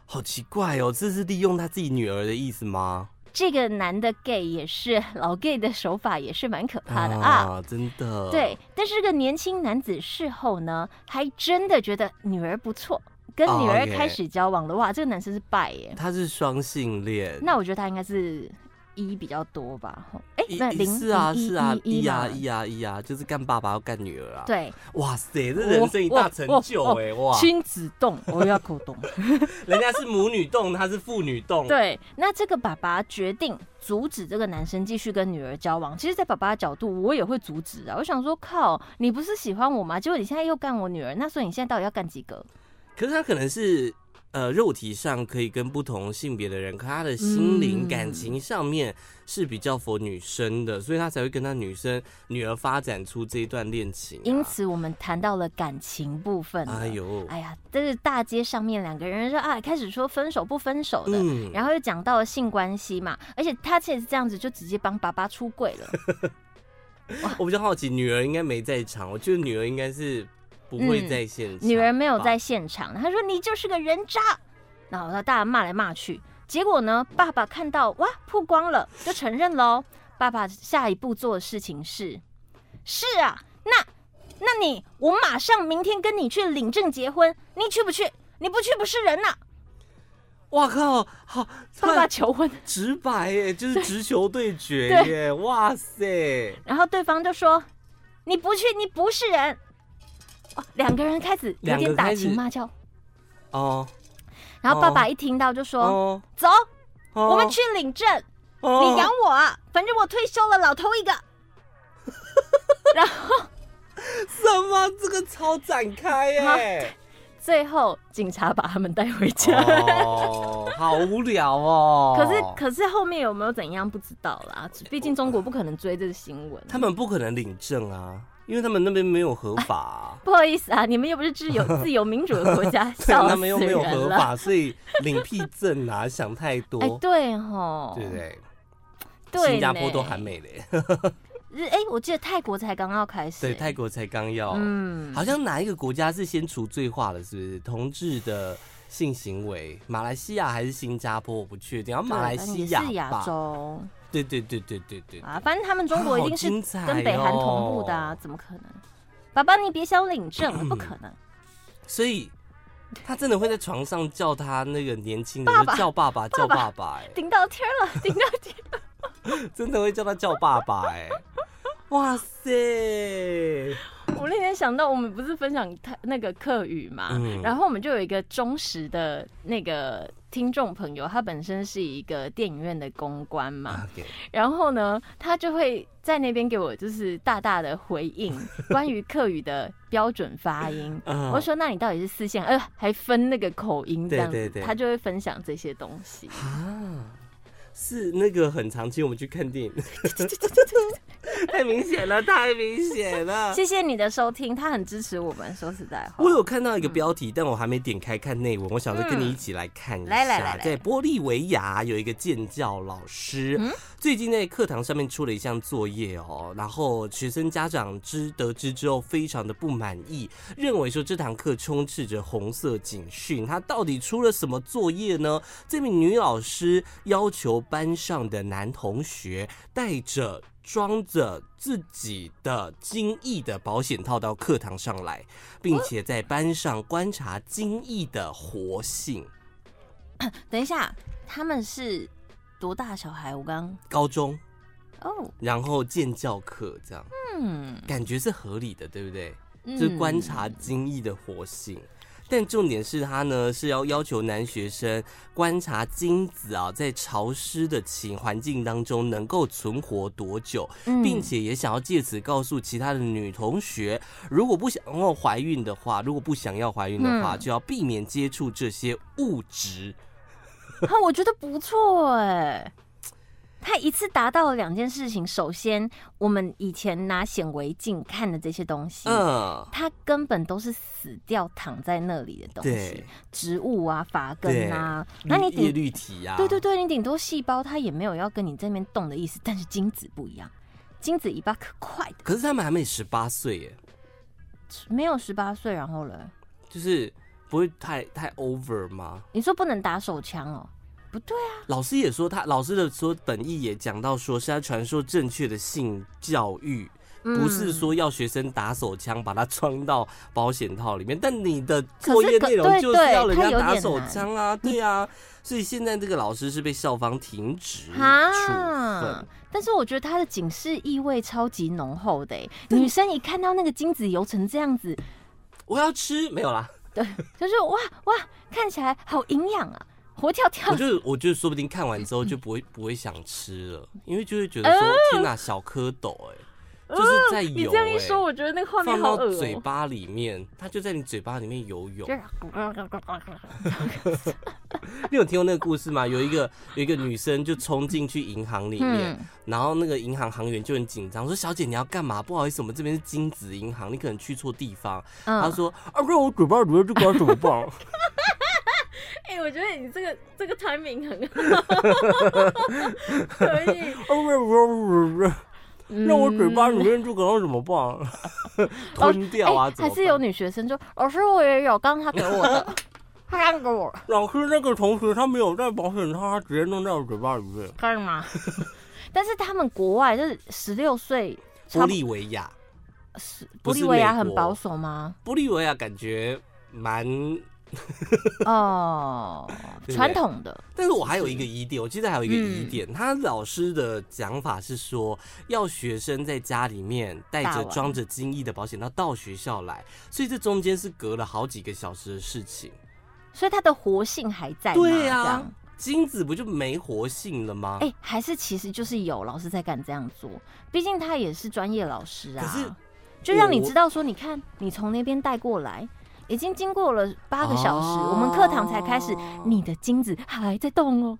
[SPEAKER 1] 好奇怪哦，这是利用他自己女儿的意思吗？
[SPEAKER 2] 这个男的 gay 也是老 gay 的手法，也是蛮可怕的啊。，
[SPEAKER 1] 真的。
[SPEAKER 2] 对，但是这个年轻男子事后呢，还真的觉得女儿不错，跟
[SPEAKER 1] 哦
[SPEAKER 2] 女儿
[SPEAKER 1] OK
[SPEAKER 2] 开始交往了。哇，这个男生是拜耶。
[SPEAKER 1] 他是双性恋。
[SPEAKER 2] 那我觉得他应该是一比较多吧，吼哎、
[SPEAKER 1] 一
[SPEAKER 2] 那
[SPEAKER 1] 一
[SPEAKER 2] 零
[SPEAKER 1] 是啊
[SPEAKER 2] 一
[SPEAKER 1] 是啊
[SPEAKER 2] 一
[SPEAKER 1] 一啊
[SPEAKER 2] 嘛
[SPEAKER 1] 一啊一啊，就是干爸爸要干女儿啊。，
[SPEAKER 2] 对，
[SPEAKER 1] 哇塞，这人生一大成就
[SPEAKER 2] 哇哇
[SPEAKER 1] 哎、哇！
[SPEAKER 2] 亲子动，我要口 动。
[SPEAKER 1] 人家是母女洞，他是父女洞。，
[SPEAKER 2] 对，那这个爸爸决定阻止这个男生继续跟女儿交往。其实，在爸爸的角度，我也会阻止啊。我想说，靠，你不是喜欢我吗？结果你现在又干我女儿，那所以你现在到底要干几个？
[SPEAKER 1] 可是他可能是呃肉体上可以跟不同性别的人，可他的心灵、
[SPEAKER 2] 嗯
[SPEAKER 1] 感情上面是比较佛女生的，所以他才会跟他女生女儿发展出这一段恋情、啊。
[SPEAKER 2] 因，此，我们谈到了感情部分了。
[SPEAKER 1] 哎呦，
[SPEAKER 2] 哎呀，这是大街上面两个人说啊，开始说分手不分手的，
[SPEAKER 1] 嗯
[SPEAKER 2] 然后又讲到了性关系嘛，而且他其实这样子就直接帮爸爸出柜 了。
[SPEAKER 1] 我比较好奇，女儿应该没在场，我觉得女儿应该是不会在现场、
[SPEAKER 2] 嗯女儿没有在，现场，他说你就是个人渣，然后大家骂来骂去。结果呢，爸爸看到哇曝光了，就承认喽。爸爸下一步做的事情是，是啊，那那你我马上明天跟你去领证结婚，你去不去？你不去不是人呐、
[SPEAKER 1] 哇靠，好，突
[SPEAKER 2] 爸爸
[SPEAKER 1] 然
[SPEAKER 2] 求婚，
[SPEAKER 1] 直白耶，就是直球对决
[SPEAKER 2] 对
[SPEAKER 1] 耶，哇塞！
[SPEAKER 2] 然后对方就说你不去，你不是人。哦，两个人开始有
[SPEAKER 1] 两个
[SPEAKER 2] 点打
[SPEAKER 1] 开始
[SPEAKER 2] 情骂俏。
[SPEAKER 1] 哦
[SPEAKER 2] 然后爸爸一听到就说：“
[SPEAKER 1] 哦，
[SPEAKER 2] 走，
[SPEAKER 1] 哦
[SPEAKER 2] 我们去领证，
[SPEAKER 1] 哦
[SPEAKER 2] 你养我啊，反正我退休了，老头一个。然后
[SPEAKER 1] 什么？这个超展开耶！
[SPEAKER 2] 最后警察把他们带回家。
[SPEAKER 1] 哦，好无聊哦。
[SPEAKER 2] 可是可是后面有没有怎样不知道啦，毕竟中国不可能追这个新闻。
[SPEAKER 1] 他们不可能领证啊，因为他们那边没有合法啊、
[SPEAKER 2] 不好意思啊，你们又不是 自由自由民主的国家，
[SPEAKER 1] 对，
[SPEAKER 2] 笑
[SPEAKER 1] 他
[SPEAKER 2] 死
[SPEAKER 1] 们又没
[SPEAKER 2] 人
[SPEAKER 1] 有合
[SPEAKER 2] 了。
[SPEAKER 1] 法，所以领屁证啊，想太多，
[SPEAKER 2] 哎，对吼，
[SPEAKER 1] 对不对？
[SPEAKER 2] 对呢，
[SPEAKER 1] 新加坡都还没嘞，
[SPEAKER 2] 日哎，我记得泰国才刚要开始。
[SPEAKER 1] 对，泰国才刚要，
[SPEAKER 2] 嗯，
[SPEAKER 1] 好像哪一个国家是先除罪化的，是不是？同志的性行为，马来西亚还是新加坡，我不确定。然后马来西
[SPEAKER 2] 对也是
[SPEAKER 1] 亚
[SPEAKER 2] 亚
[SPEAKER 1] 吧，
[SPEAKER 2] 洲
[SPEAKER 1] 对对对对对对。
[SPEAKER 2] 啊，反正他们中国一定
[SPEAKER 1] 好
[SPEAKER 2] 是
[SPEAKER 1] 精彩哦
[SPEAKER 2] 跟北韩同步的啊，怎么可能？爸爸，你别想领
[SPEAKER 1] 嗯
[SPEAKER 2] 证，不可能。
[SPEAKER 1] 所以他真的会在床上叫他那个年轻人就叫爸爸叫爸爸、哎，
[SPEAKER 2] 顶到天了， 顶到天！
[SPEAKER 1] 真的会叫他叫爸爸、 哎，哇塞，
[SPEAKER 2] 我那天想到，我们不是分享他那个课语嘛，
[SPEAKER 1] 嗯
[SPEAKER 2] 然后我们就有一个忠实的那个听众朋友，他本身是一个电影院的公关嘛，
[SPEAKER 1] OK，
[SPEAKER 2] 然后呢，他就会在那边给我就是大大的回 应关于客语的标准发音。
[SPEAKER 1] 嗯
[SPEAKER 2] 我说：“那你到底是四线，呃，还分那个口音这
[SPEAKER 1] 对
[SPEAKER 2] 样子。
[SPEAKER 1] 对对
[SPEAKER 2] 他就会分享这些东西。
[SPEAKER 1] 啊。是那个很常请我们去看 电影，太明显了，太明显 了。
[SPEAKER 2] 谢谢你的收听，他很支持我们。说实在话
[SPEAKER 1] 我，有看到一个标题，但我还没点开看内文。我想着跟你一起来看一下，
[SPEAKER 2] 嗯来来来来
[SPEAKER 1] 在玻利维亚有一个建教老师，
[SPEAKER 2] 嗯
[SPEAKER 1] 最近在课堂上面出了一项作业哦，然后学生家长知得知之后非常的不满意，认为说这堂课充斥着红色警讯。他到底出了什么作业呢？这名女老师要求班上的男同学带着装着自己的精益的保险套到课堂上来，并
[SPEAKER 2] 嗯
[SPEAKER 1] 且在班上观察精益的活性。
[SPEAKER 2] 等一下，他们是多大小孩？我刚
[SPEAKER 1] 高中
[SPEAKER 2] 哦，
[SPEAKER 1] 然后建教课这样，
[SPEAKER 2] 嗯，
[SPEAKER 1] 感觉是合理的，对不对？
[SPEAKER 2] 嗯
[SPEAKER 1] 就是观察精益的活性。但重点是他呢是要要求男学生观察精子啊在潮湿的情环境当中能够存活多久，
[SPEAKER 2] 嗯
[SPEAKER 1] 并且也想要借此告诉其他的女同学，如果不想要怀孕的话，如果不想要怀孕的话，
[SPEAKER 2] 嗯
[SPEAKER 1] 就要避免接触这些物质。
[SPEAKER 2] 啊，我觉得不错哎。他一次达到了两件事情。首先，我们以前拿显微镜看的这些东西，
[SPEAKER 1] 嗯，
[SPEAKER 2] 它根本都是死掉躺在那里的东西
[SPEAKER 1] 对，
[SPEAKER 2] 植物啊、发根啊。那你
[SPEAKER 1] 绿叶
[SPEAKER 2] 顶
[SPEAKER 1] 绿体啊呀、
[SPEAKER 2] 对对，对，你顶多细胞它也没有要跟你这边动的意思，但是精子不一样，精子一巴可快的，
[SPEAKER 1] 可是他们还没十八岁耶，
[SPEAKER 2] 没有十八岁，然后嘞，
[SPEAKER 1] 就是不会太太 over 吗？
[SPEAKER 2] 你说不能打手枪哦？不对啊，
[SPEAKER 1] 老师也说他，老师的说本意也讲到说是要传授正确的性教育，不是
[SPEAKER 2] 嗯
[SPEAKER 1] 说要学生打手枪把它装到保险套里面。但你的
[SPEAKER 2] 可
[SPEAKER 1] 作
[SPEAKER 2] 是
[SPEAKER 1] 业
[SPEAKER 2] 可
[SPEAKER 1] 内容
[SPEAKER 2] 对
[SPEAKER 1] 就是
[SPEAKER 2] 对
[SPEAKER 1] 要人
[SPEAKER 2] 它
[SPEAKER 1] 家
[SPEAKER 2] 有
[SPEAKER 1] 打
[SPEAKER 2] 点
[SPEAKER 1] 手
[SPEAKER 2] 难
[SPEAKER 1] 枪啊，对啊。所以现在这个老师是被校方停职处
[SPEAKER 2] 嗯哈
[SPEAKER 1] 分。，
[SPEAKER 2] 但是我觉得它的警示意味超级浓厚的欸，女生一看到那个精子游成这样子，
[SPEAKER 1] 我要吃没有啦，
[SPEAKER 2] 就是哇哇，看起来好营养啊，活跳跳
[SPEAKER 1] 我。就我就说不定看完之后就不会不会想吃了，因为就会觉得说天哪，小蝌蚪哎，就是在
[SPEAKER 2] 哦你
[SPEAKER 1] 游
[SPEAKER 2] 这样一
[SPEAKER 1] 哎，
[SPEAKER 2] 说，我觉得那个画面
[SPEAKER 1] 放
[SPEAKER 2] 好
[SPEAKER 1] 到
[SPEAKER 2] 恶哦、
[SPEAKER 1] 嘴巴里面，它就在你嘴巴里面游泳
[SPEAKER 2] 就。是
[SPEAKER 1] 你有听过那个故事吗？有一个有一个女生就冲进去银行里面，
[SPEAKER 2] 嗯
[SPEAKER 1] 然后那个银行行员就很紧张，说：“小姐你要干嘛？不好意思，我们这边是金子银行，你可能去错地方。她
[SPEAKER 2] 嗯，
[SPEAKER 1] 说：“啊，让我嘴巴里面这个怎么 啊办
[SPEAKER 2] 哎、我觉得你这个这个 timing 很好， 可 以。？”
[SPEAKER 1] 让我嘴
[SPEAKER 2] 嗯
[SPEAKER 1] 巴里面这个怎么办？ 吞掉啊？
[SPEAKER 2] 哎
[SPEAKER 1] 怎
[SPEAKER 2] 还
[SPEAKER 1] 么
[SPEAKER 2] 是有
[SPEAKER 1] 办？
[SPEAKER 2] 女学生就老师我也有，刚刚他给我的，他刚给我
[SPEAKER 1] 老师，那个同学他没有带保险套，他直接弄在我嘴巴里面。
[SPEAKER 2] 干嘛？ 但是他们国外就是十六岁，
[SPEAKER 1] 玻利维亚，
[SPEAKER 2] 是
[SPEAKER 1] 不
[SPEAKER 2] 玻
[SPEAKER 1] 是
[SPEAKER 2] 利维亚
[SPEAKER 1] 美
[SPEAKER 2] 很
[SPEAKER 1] 国
[SPEAKER 2] 保守吗？
[SPEAKER 1] 玻利维亚感觉蛮
[SPEAKER 2] 哦，
[SPEAKER 1] 对
[SPEAKER 2] 传统的，
[SPEAKER 1] 但是我还有一个疑点，我记得还有一
[SPEAKER 2] 嗯
[SPEAKER 1] 个疑点，他老师的讲法是说，要学生在家里面带
[SPEAKER 2] 打
[SPEAKER 1] 着
[SPEAKER 2] 完
[SPEAKER 1] 装着精益的保险套到学校来，所以这中间是隔了好几个小时的事情。
[SPEAKER 2] 所以它的活性还在吗。
[SPEAKER 1] 对
[SPEAKER 2] 这
[SPEAKER 1] 啊
[SPEAKER 2] 样，
[SPEAKER 1] 精子不就没活性了吗？
[SPEAKER 2] 哎、还是其实就是有老师在敢这样做，毕竟他也是专业老师啊。
[SPEAKER 1] 可是
[SPEAKER 2] 就让你
[SPEAKER 1] 我
[SPEAKER 2] 知道说，你看你从那边带过来，已经经过了八个小时，我们课堂才开始，
[SPEAKER 1] 哦
[SPEAKER 2] 你的精子还在动哦。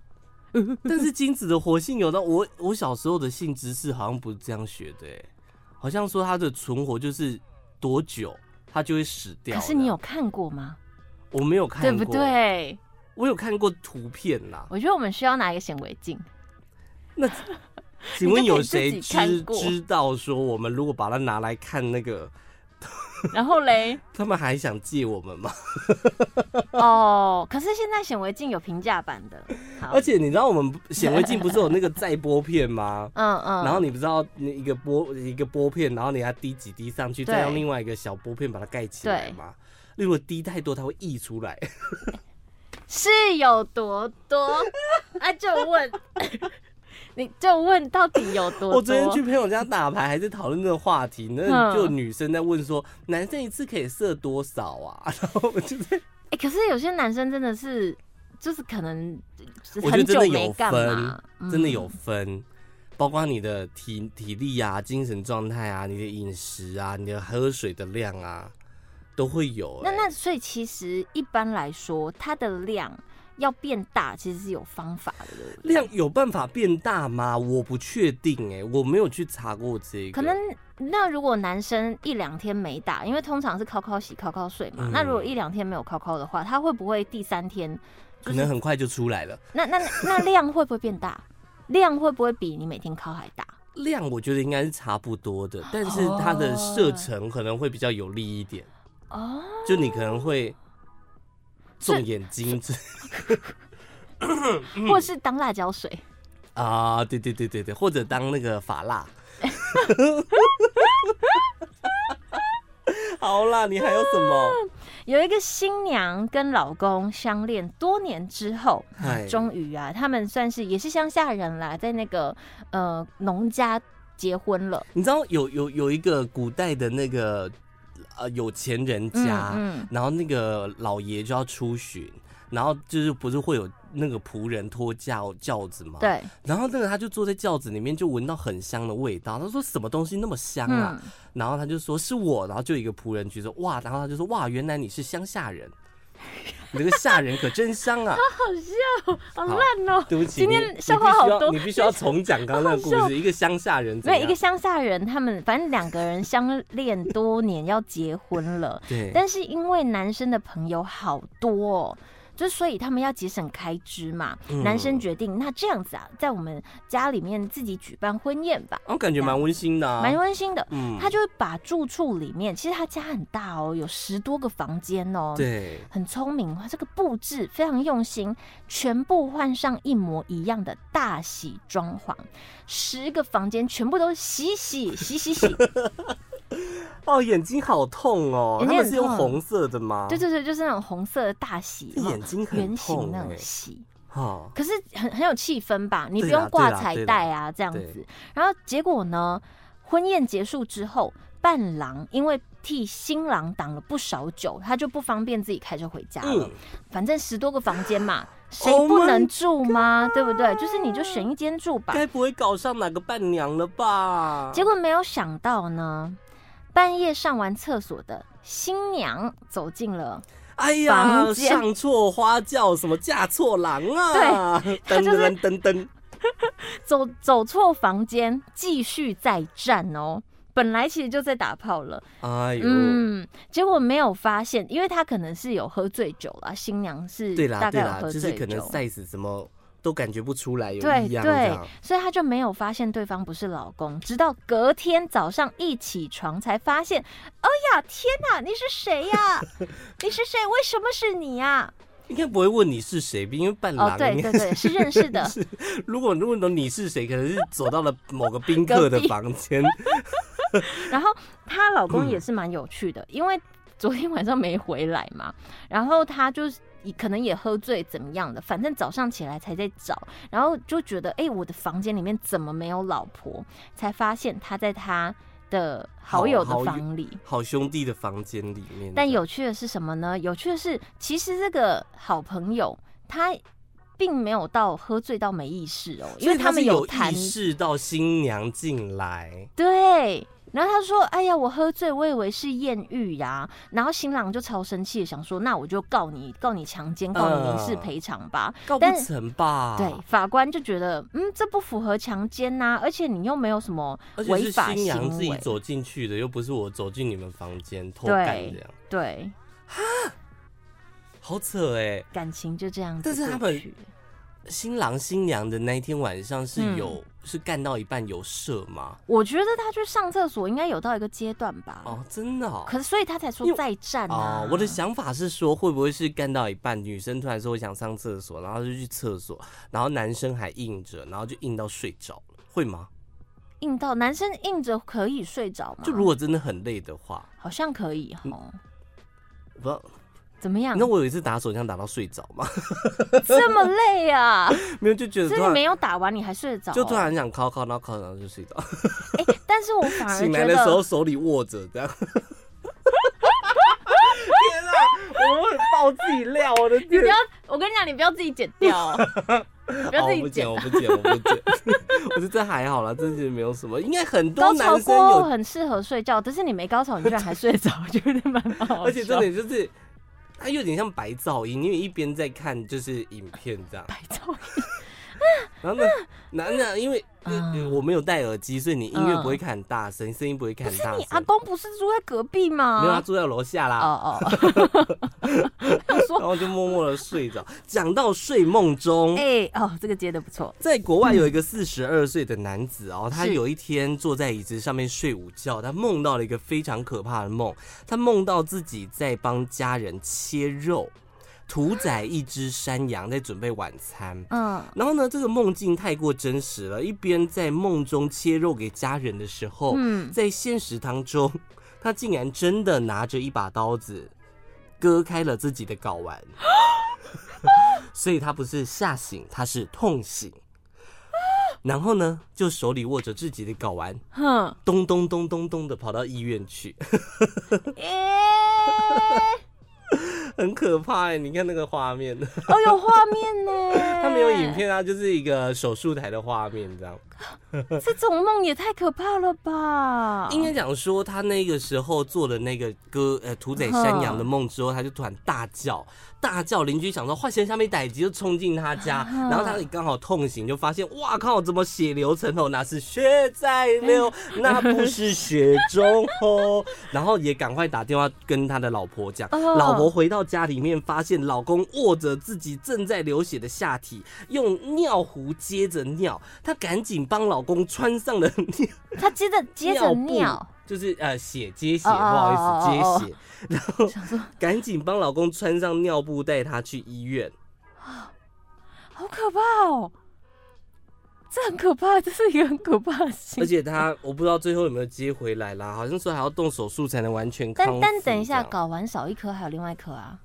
[SPEAKER 1] 但是精子的活性有到我我小时候的性知识好像不是这样学的、欸，好像说它的存活就是多久它就会死掉。
[SPEAKER 2] 可是你有，看过吗？
[SPEAKER 1] 我没有看
[SPEAKER 2] 对
[SPEAKER 1] 过，
[SPEAKER 2] 不？对？
[SPEAKER 1] 我有看过图片啦。
[SPEAKER 2] 我觉得我们需要拿一个显微镜。
[SPEAKER 1] 那请问有谁
[SPEAKER 2] 你就可以自
[SPEAKER 1] 知
[SPEAKER 2] 己看过
[SPEAKER 1] 知道说我们如果把它拿来看那个，
[SPEAKER 2] 然后 嘞，
[SPEAKER 1] 他们还想借我们吗？
[SPEAKER 2] 哦，可是现在显微镜有评价版的，好？
[SPEAKER 1] 而，且你知道我们显微镜不是有那个载波片吗
[SPEAKER 2] 嗯嗯，
[SPEAKER 1] 然后你不知道你一个波一个波片，然后你要滴几滴上去，
[SPEAKER 2] 对
[SPEAKER 1] 再用另外一个小波片把它盖起来
[SPEAKER 2] 对
[SPEAKER 1] 吗？如果滴太多，它会溢出来。
[SPEAKER 2] 是有多多 啊？就问， 你就问到底有多多？
[SPEAKER 1] 我哦昨天去朋友家打牌，还在讨论这个话题，那
[SPEAKER 2] 嗯
[SPEAKER 1] 就女生在问说，男生一次可以射多少啊？ 然后我就在
[SPEAKER 2] 哎、可是有些男生真的是，就是可能呃
[SPEAKER 1] 我觉得
[SPEAKER 2] 很
[SPEAKER 1] 真
[SPEAKER 2] 久
[SPEAKER 1] 的
[SPEAKER 2] 没
[SPEAKER 1] 有
[SPEAKER 2] 干
[SPEAKER 1] 分
[SPEAKER 2] 嘛，，
[SPEAKER 1] 真的
[SPEAKER 2] 嗯
[SPEAKER 1] 有分，包括你的体体力啊、精神状态啊、你的饮食啊、你的喝水的量啊，都会有、欸。
[SPEAKER 2] 那那所以其实一般来说，它的量要变大，其实是有方法的，对不对
[SPEAKER 1] 量有办法变大吗？我不确定哎、我没有去查过这个。
[SPEAKER 2] 可能那如果男生一两天没打，因为通常是靠靠洗、靠靠睡嘛，
[SPEAKER 1] 嗯
[SPEAKER 2] 那如果一两天没有靠靠的话，他会不会第三天
[SPEAKER 1] 可能很快就出来了。
[SPEAKER 2] 那那那 量会不会变大？量会不会比你每天靠还大？
[SPEAKER 1] 量我觉得应该是差不多的，但是它的射程可能会比较有利一点，
[SPEAKER 2] 哦，
[SPEAKER 1] 就你可能会中眼睛之
[SPEAKER 2] 或是当辣椒水，
[SPEAKER 1] 啊，对对对对对，或者当那个法蜡。好啦，你还有什么？
[SPEAKER 2] 有一个新娘跟老公相恋多年之后，
[SPEAKER 1] 哎
[SPEAKER 2] 终于啊，他们算是也是乡下人啦，在那个呃农家结婚了。
[SPEAKER 1] 你知道有有有一个古代的那个呃有钱人家，
[SPEAKER 2] 嗯嗯
[SPEAKER 1] 然后那个老爷就要出巡，然后就是不是会有那个仆人拖轿轿子吗？
[SPEAKER 2] 对，
[SPEAKER 1] 然后那个他就坐在轿子里面，就闻到很香的味道。他说什么东西那么香啊？
[SPEAKER 2] 嗯，
[SPEAKER 1] 然后他就说是我，然后就有一个仆人举手，哇，然后他就说哇，原来你是乡下人，你这个下人可真香 啊！
[SPEAKER 2] 好烂哦、
[SPEAKER 1] 对不起，
[SPEAKER 2] 今
[SPEAKER 1] 你
[SPEAKER 2] 天笑话好多
[SPEAKER 1] 你必须要你必须要重讲刚刚的故事，一个乡下人怎样，
[SPEAKER 2] 没有一个乡下人，他们反正两个人相恋多年要结婚了，
[SPEAKER 1] 对，
[SPEAKER 2] 但是因为男生的朋友好多、哦，就所以他们要节省开支嘛。
[SPEAKER 1] 嗯
[SPEAKER 2] 男生决定，那这样子啊，在我们家里面自己举办婚宴吧，
[SPEAKER 1] 我哦感觉蛮温馨的、啊，
[SPEAKER 2] 蛮温馨的。
[SPEAKER 1] 嗯
[SPEAKER 2] 他就把住处里面，其实他家很大哦，有十多个房间哦，
[SPEAKER 1] 对，
[SPEAKER 2] 很聪明，他这个布置非常用心，全部换上一模一样的大喜装潢，十个房间全部都是洗洗洗 洗洗，
[SPEAKER 1] 哦，眼睛好痛哦，
[SPEAKER 2] 眼
[SPEAKER 1] 他
[SPEAKER 2] 睛很痛
[SPEAKER 1] 们是用红色的吗？
[SPEAKER 2] 对对对，就是那种红色的大喜，
[SPEAKER 1] 这眼睛很
[SPEAKER 2] 圆形
[SPEAKER 1] 痛
[SPEAKER 2] 那种
[SPEAKER 1] 欸
[SPEAKER 2] 喜。
[SPEAKER 1] 哦，
[SPEAKER 2] 可是很很有气氛吧？你不
[SPEAKER 1] 对
[SPEAKER 2] 用
[SPEAKER 1] 啦
[SPEAKER 2] 挂
[SPEAKER 1] 对啦
[SPEAKER 2] 彩
[SPEAKER 1] 对
[SPEAKER 2] 带啊，这样子。然后结果呢，婚宴结束之后，伴郎因为替新郎挡了不少酒，他就不方便自己开车回家了。
[SPEAKER 1] 嗯，
[SPEAKER 2] 反正十多个房 间嘛，谁
[SPEAKER 1] Oh
[SPEAKER 2] 不
[SPEAKER 1] my
[SPEAKER 2] 能住吗？对不对？就是你就选一间住吧。
[SPEAKER 1] 该不会搞上哪个伴娘了吧？
[SPEAKER 2] 结果没有想到呢，半夜上完厕所的新娘走进了，
[SPEAKER 1] 哎呀，
[SPEAKER 2] 房间
[SPEAKER 1] 上错花轿，什么嫁错郎啊？对，
[SPEAKER 2] 他
[SPEAKER 1] 噔
[SPEAKER 2] 就是
[SPEAKER 1] 噔噔噔，
[SPEAKER 2] 走走错房间，继续再战哦。本来其实就在打炮了。
[SPEAKER 1] 哎呦，
[SPEAKER 2] 嗯，结果没有发现，因为他可能是有喝醉酒啦，新娘是
[SPEAKER 1] 对啦
[SPEAKER 2] 大
[SPEAKER 1] 对
[SPEAKER 2] 概有
[SPEAKER 1] 啦，
[SPEAKER 2] 喝
[SPEAKER 1] 就是
[SPEAKER 2] 醉
[SPEAKER 1] 可能
[SPEAKER 2] 酒，
[SPEAKER 1] size 什么都感觉不出来有
[SPEAKER 2] 对
[SPEAKER 1] 异样这
[SPEAKER 2] 对
[SPEAKER 1] 样，，
[SPEAKER 2] 所以他就没有发现对方不是老公，直到隔天早上一起床才发现，哎呀天哪，你是谁呀、你是谁？为什么是你呀、
[SPEAKER 1] 应该不会问你是谁，因为伴
[SPEAKER 2] 哦
[SPEAKER 1] 郎，
[SPEAKER 2] 对
[SPEAKER 1] 应该
[SPEAKER 2] 对对，是认识的，
[SPEAKER 1] 如果问到你是谁，可能是走到了某个宾客的房间，
[SPEAKER 2] 然后她老公
[SPEAKER 1] 嗯
[SPEAKER 2] 也是蛮有趣的，因为昨天晚上没回来嘛，然后她就是。可能也喝醉怎么样的，反正早上起来才在找，然后就觉得哎、诶我的房间里面怎么没有老婆？才发现她在她的好友的
[SPEAKER 1] 好好友
[SPEAKER 2] 房里。
[SPEAKER 1] 好兄弟的房间里面。
[SPEAKER 2] 但有趣的是什么呢？有趣的是，其实这个好朋友他并没有到喝醉到没意识哦，因
[SPEAKER 1] 所以
[SPEAKER 2] 为
[SPEAKER 1] 他
[SPEAKER 2] 们
[SPEAKER 1] 是有
[SPEAKER 2] 谈
[SPEAKER 1] 意识到新娘进来，
[SPEAKER 2] 对。然后他说：“哎呀，我喝醉，我以为是艳遇呀、然后新郎就超生气，想说：“那我就告你，告你强奸，告你民
[SPEAKER 1] 呃
[SPEAKER 2] 事赔偿吧。
[SPEAKER 1] 告不
[SPEAKER 2] 但
[SPEAKER 1] 成吧？
[SPEAKER 2] 对，法官就觉得：“嗯，这不符合强奸呐、而且你又没有什么
[SPEAKER 1] 而且
[SPEAKER 2] 违
[SPEAKER 1] 是
[SPEAKER 2] 法
[SPEAKER 1] 新
[SPEAKER 2] 行
[SPEAKER 1] 娘自己
[SPEAKER 2] 为。
[SPEAKER 1] 走进去的，又不是我走进你们房间偷干
[SPEAKER 2] 对
[SPEAKER 1] 这样，”
[SPEAKER 2] 对，
[SPEAKER 1] 好扯哎、
[SPEAKER 2] 感情就这样子
[SPEAKER 1] 但是他
[SPEAKER 2] 过
[SPEAKER 1] 们
[SPEAKER 2] 去
[SPEAKER 1] 新郎新娘的那一天晚上是
[SPEAKER 2] 嗯
[SPEAKER 1] 有、是干到一半有射吗？
[SPEAKER 2] 我觉得他去上厕所应该有到一个阶段吧。
[SPEAKER 1] 哦，真的、哦。
[SPEAKER 2] 可是所以他才说
[SPEAKER 1] 因为
[SPEAKER 2] 再战啊！
[SPEAKER 1] 哦，我的想法是说，会不会是干到一半，女生突然说我想上厕所，然后就去厕所，然后男生还硬着，然后就硬到睡着了，会吗？
[SPEAKER 2] 硬到男生硬着可以睡着吗？
[SPEAKER 1] 就如果真的很累的话，
[SPEAKER 2] 好像可以哈，
[SPEAKER 1] 我不知道。
[SPEAKER 2] 怎么样
[SPEAKER 1] 那？我有一次打手枪打到睡着嘛，
[SPEAKER 2] 这么累啊！
[SPEAKER 1] 没 有就觉得
[SPEAKER 2] 所
[SPEAKER 1] 突
[SPEAKER 2] 以你
[SPEAKER 1] 然
[SPEAKER 2] 没有打完，你还睡得着、
[SPEAKER 1] 就突然很想靠靠，然后靠然后就睡着，
[SPEAKER 2] 哎、但是我反而
[SPEAKER 1] 醒来
[SPEAKER 2] 觉
[SPEAKER 1] 的时候
[SPEAKER 2] 得，
[SPEAKER 1] 手里握着这样。 天啊！我会爆自己料，我的
[SPEAKER 2] 你
[SPEAKER 1] 天
[SPEAKER 2] 不！要，我跟你讲，你不要自己剪掉 哦，你不要自
[SPEAKER 1] 哦、我不剪，
[SPEAKER 2] 己剪。
[SPEAKER 1] 我不剪，我不剪。 我觉得这还好啦，这是没有什么，应该很哦多
[SPEAKER 2] 高潮
[SPEAKER 1] 男生
[SPEAKER 2] 过后
[SPEAKER 1] 有，
[SPEAKER 2] 很适合睡觉，但是你没高潮，你居然还睡得着，我觉得蛮好笑。
[SPEAKER 1] 而且重点就是。它有点像白噪音，因为一边在看就是影片这样，
[SPEAKER 2] 白噪音
[SPEAKER 1] 然后呢，男的因为、呃
[SPEAKER 2] 嗯
[SPEAKER 1] 我没有戴耳机，所以你音乐
[SPEAKER 2] 嗯
[SPEAKER 1] 不会开很大声，声音不会开
[SPEAKER 2] 不
[SPEAKER 1] 很
[SPEAKER 2] 哦是
[SPEAKER 1] 大
[SPEAKER 2] 你阿
[SPEAKER 1] 声。
[SPEAKER 2] 公不是住在隔壁吗？
[SPEAKER 1] 没有，他啊住在楼下啦，
[SPEAKER 2] 哦哦，他
[SPEAKER 1] 然
[SPEAKER 2] 说
[SPEAKER 1] 后就默默的睡着。讲到睡梦中，
[SPEAKER 2] 哎、哦，这个接的不错，
[SPEAKER 1] 在国外有一个四十二岁的男子哦，他
[SPEAKER 2] 是
[SPEAKER 1] 有一天坐在椅子上面睡午觉，他梦到了一个非常可怕的梦，他梦到自己在帮家人切肉。屠宰一只山羊，在准备晚餐。
[SPEAKER 2] 嗯，
[SPEAKER 1] 然后呢，这个梦境太过真实了，一边在梦中切肉给家人的时候，
[SPEAKER 2] 嗯
[SPEAKER 1] 在现实当中， 他竟然真的拿着一把刀子割开了自己的睾丸， 所以他不是吓醒，他是痛醒。然后呢，就手里握着自己的睾丸，
[SPEAKER 2] 哼，
[SPEAKER 1] 咚咚咚咚咚的跑到医院去，
[SPEAKER 2] 哎，
[SPEAKER 1] 很可怕哎！你看那个画面，
[SPEAKER 2] 哦，有画面呢，
[SPEAKER 1] 它没有影，片啊，就是一个手术台的画面这样。
[SPEAKER 2] 这种梦也太可怕了吧？
[SPEAKER 1] 应该讲说，他那个时候做了那个歌呃屠宰山羊的梦之后，他就突然大叫，大叫，邻居想说坏人下面逮鸡，就冲进他家，
[SPEAKER 2] 嗯
[SPEAKER 1] 然后他也刚好痛醒，就发现哇靠，怎么血流成河？那是血在流，那不是血中红。 然后也赶快打电话跟他的老婆讲，
[SPEAKER 2] 哦
[SPEAKER 1] 老婆回到家里面，发现老公握着自己正在流血的下体，用尿壶接着尿，她赶紧帮老公穿上了 尿。
[SPEAKER 2] 他接着接着尿，
[SPEAKER 1] 就是呃血接血，
[SPEAKER 2] 哦
[SPEAKER 1] 不好意
[SPEAKER 2] 哦哦哦
[SPEAKER 1] 思接 血，然后
[SPEAKER 2] 想说
[SPEAKER 1] 赶紧帮老公穿上尿布，带他去医 院。
[SPEAKER 2] 好可怕哦，这很可怕，这是一个很可怕的
[SPEAKER 1] 而
[SPEAKER 2] 事情。
[SPEAKER 1] 且他我不知道最后有没有接回来啦，好像说还要动手术才能完全康
[SPEAKER 2] 但
[SPEAKER 1] 复。
[SPEAKER 2] 但等一下，
[SPEAKER 1] 这样，
[SPEAKER 2] 睾丸少一颗还有另外一颗啊，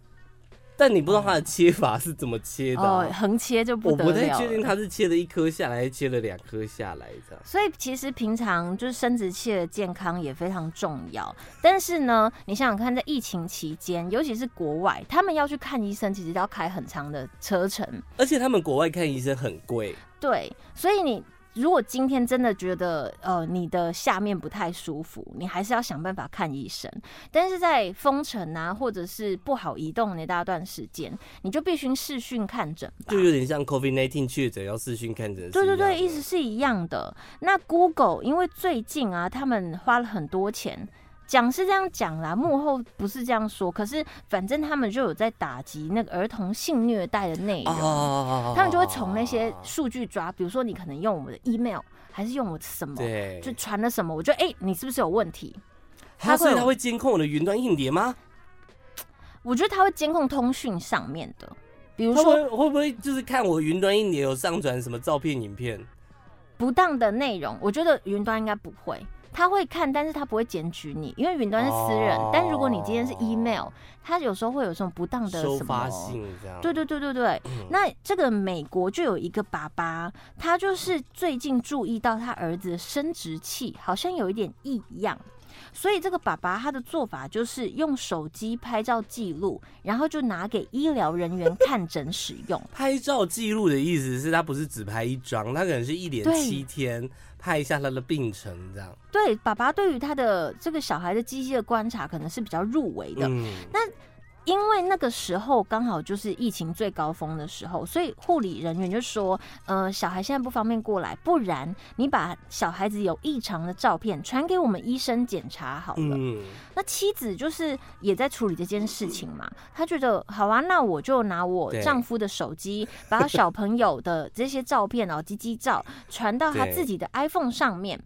[SPEAKER 2] 但
[SPEAKER 1] 但你不知道他的切法是怎么切的啊、
[SPEAKER 2] 哦，横切就不
[SPEAKER 1] 我
[SPEAKER 2] 得
[SPEAKER 1] 不
[SPEAKER 2] 了
[SPEAKER 1] 太
[SPEAKER 2] 了
[SPEAKER 1] 确定他是切了一颗下来，还是切了两颗下来这样。
[SPEAKER 2] 所以其实平常就是生殖器的健康也非常重要，但是呢，你想想看，在疫情期间，尤其是国外，他们要去看医生，其实都要开很长的车程。
[SPEAKER 1] 而且他们国外看医生很贵，
[SPEAKER 2] 对，所以你如果今天真的觉得呃你的下面不太舒服，你还是要想办法看医生。但是在封城啊，或者是不好移动的那大段时间，你就必须视讯看诊吧
[SPEAKER 1] 就。有点像 COVID 1 9确诊要视讯看诊是一
[SPEAKER 2] 对
[SPEAKER 1] 样
[SPEAKER 2] 对
[SPEAKER 1] 的。
[SPEAKER 2] 对，意思是一样的。那 Google 因为最近啊，他们花了很多钱，讲是这样讲啦，幕后不是这样说，可是反正他们就有在打击那个儿童性虐待的内容。
[SPEAKER 1] 哦
[SPEAKER 2] 他们就会从那些数据抓，比如说你可能用我的 email 还是用我什么，
[SPEAKER 1] 对，
[SPEAKER 2] 就传了什么，我就哎、你是不是有问题？
[SPEAKER 1] 他
[SPEAKER 2] 他会
[SPEAKER 1] 所以
[SPEAKER 2] 有
[SPEAKER 1] 他会监控我的云端硬碟吗？
[SPEAKER 2] 我觉得他会监控通讯上面的，比如
[SPEAKER 1] 他
[SPEAKER 2] 说
[SPEAKER 1] 们会不会就是看我云端硬碟有上传什么照片、影片？
[SPEAKER 2] 不当的内容，我觉得云端应该不会。他会看，但是他不会检举你，因为云端是私人。
[SPEAKER 1] 哦
[SPEAKER 2] 但如果你今天是 email，他有时候会有这种不当的
[SPEAKER 1] 收
[SPEAKER 2] 什
[SPEAKER 1] 发
[SPEAKER 2] 么，
[SPEAKER 1] 信嗯这样？
[SPEAKER 2] 对对对对对。那这个美国就有一个爸爸，他就是最近注意到他儿子的生殖器好像有一点异样，所以这个爸爸他的做法就是用手机拍照记录，然后就拿给医疗人员看诊使用。
[SPEAKER 1] 拍照记录的意思是，他不是只拍一张，他可能是一连
[SPEAKER 2] 对
[SPEAKER 1] 七天拍一下他的病程这样。
[SPEAKER 2] 对，爸爸对于他的这个小孩的机器的观察可能是比较入围的，
[SPEAKER 1] 嗯，
[SPEAKER 2] 因为那个时候刚好就是疫情最高峰的时候，所以护理人员就说，呃，小孩现在不方便过来，不然你把小孩子有异常的照片传给我们医生检查好了。
[SPEAKER 1] 嗯，
[SPEAKER 2] 那妻子就是也在处理这件事情嘛，她觉得好啊，那我就拿我
[SPEAKER 1] 对
[SPEAKER 2] 丈夫的手机，把小朋友的这些照片哦，鸡鸡照传到他
[SPEAKER 1] 对
[SPEAKER 2] 自己的 iPhone 上面，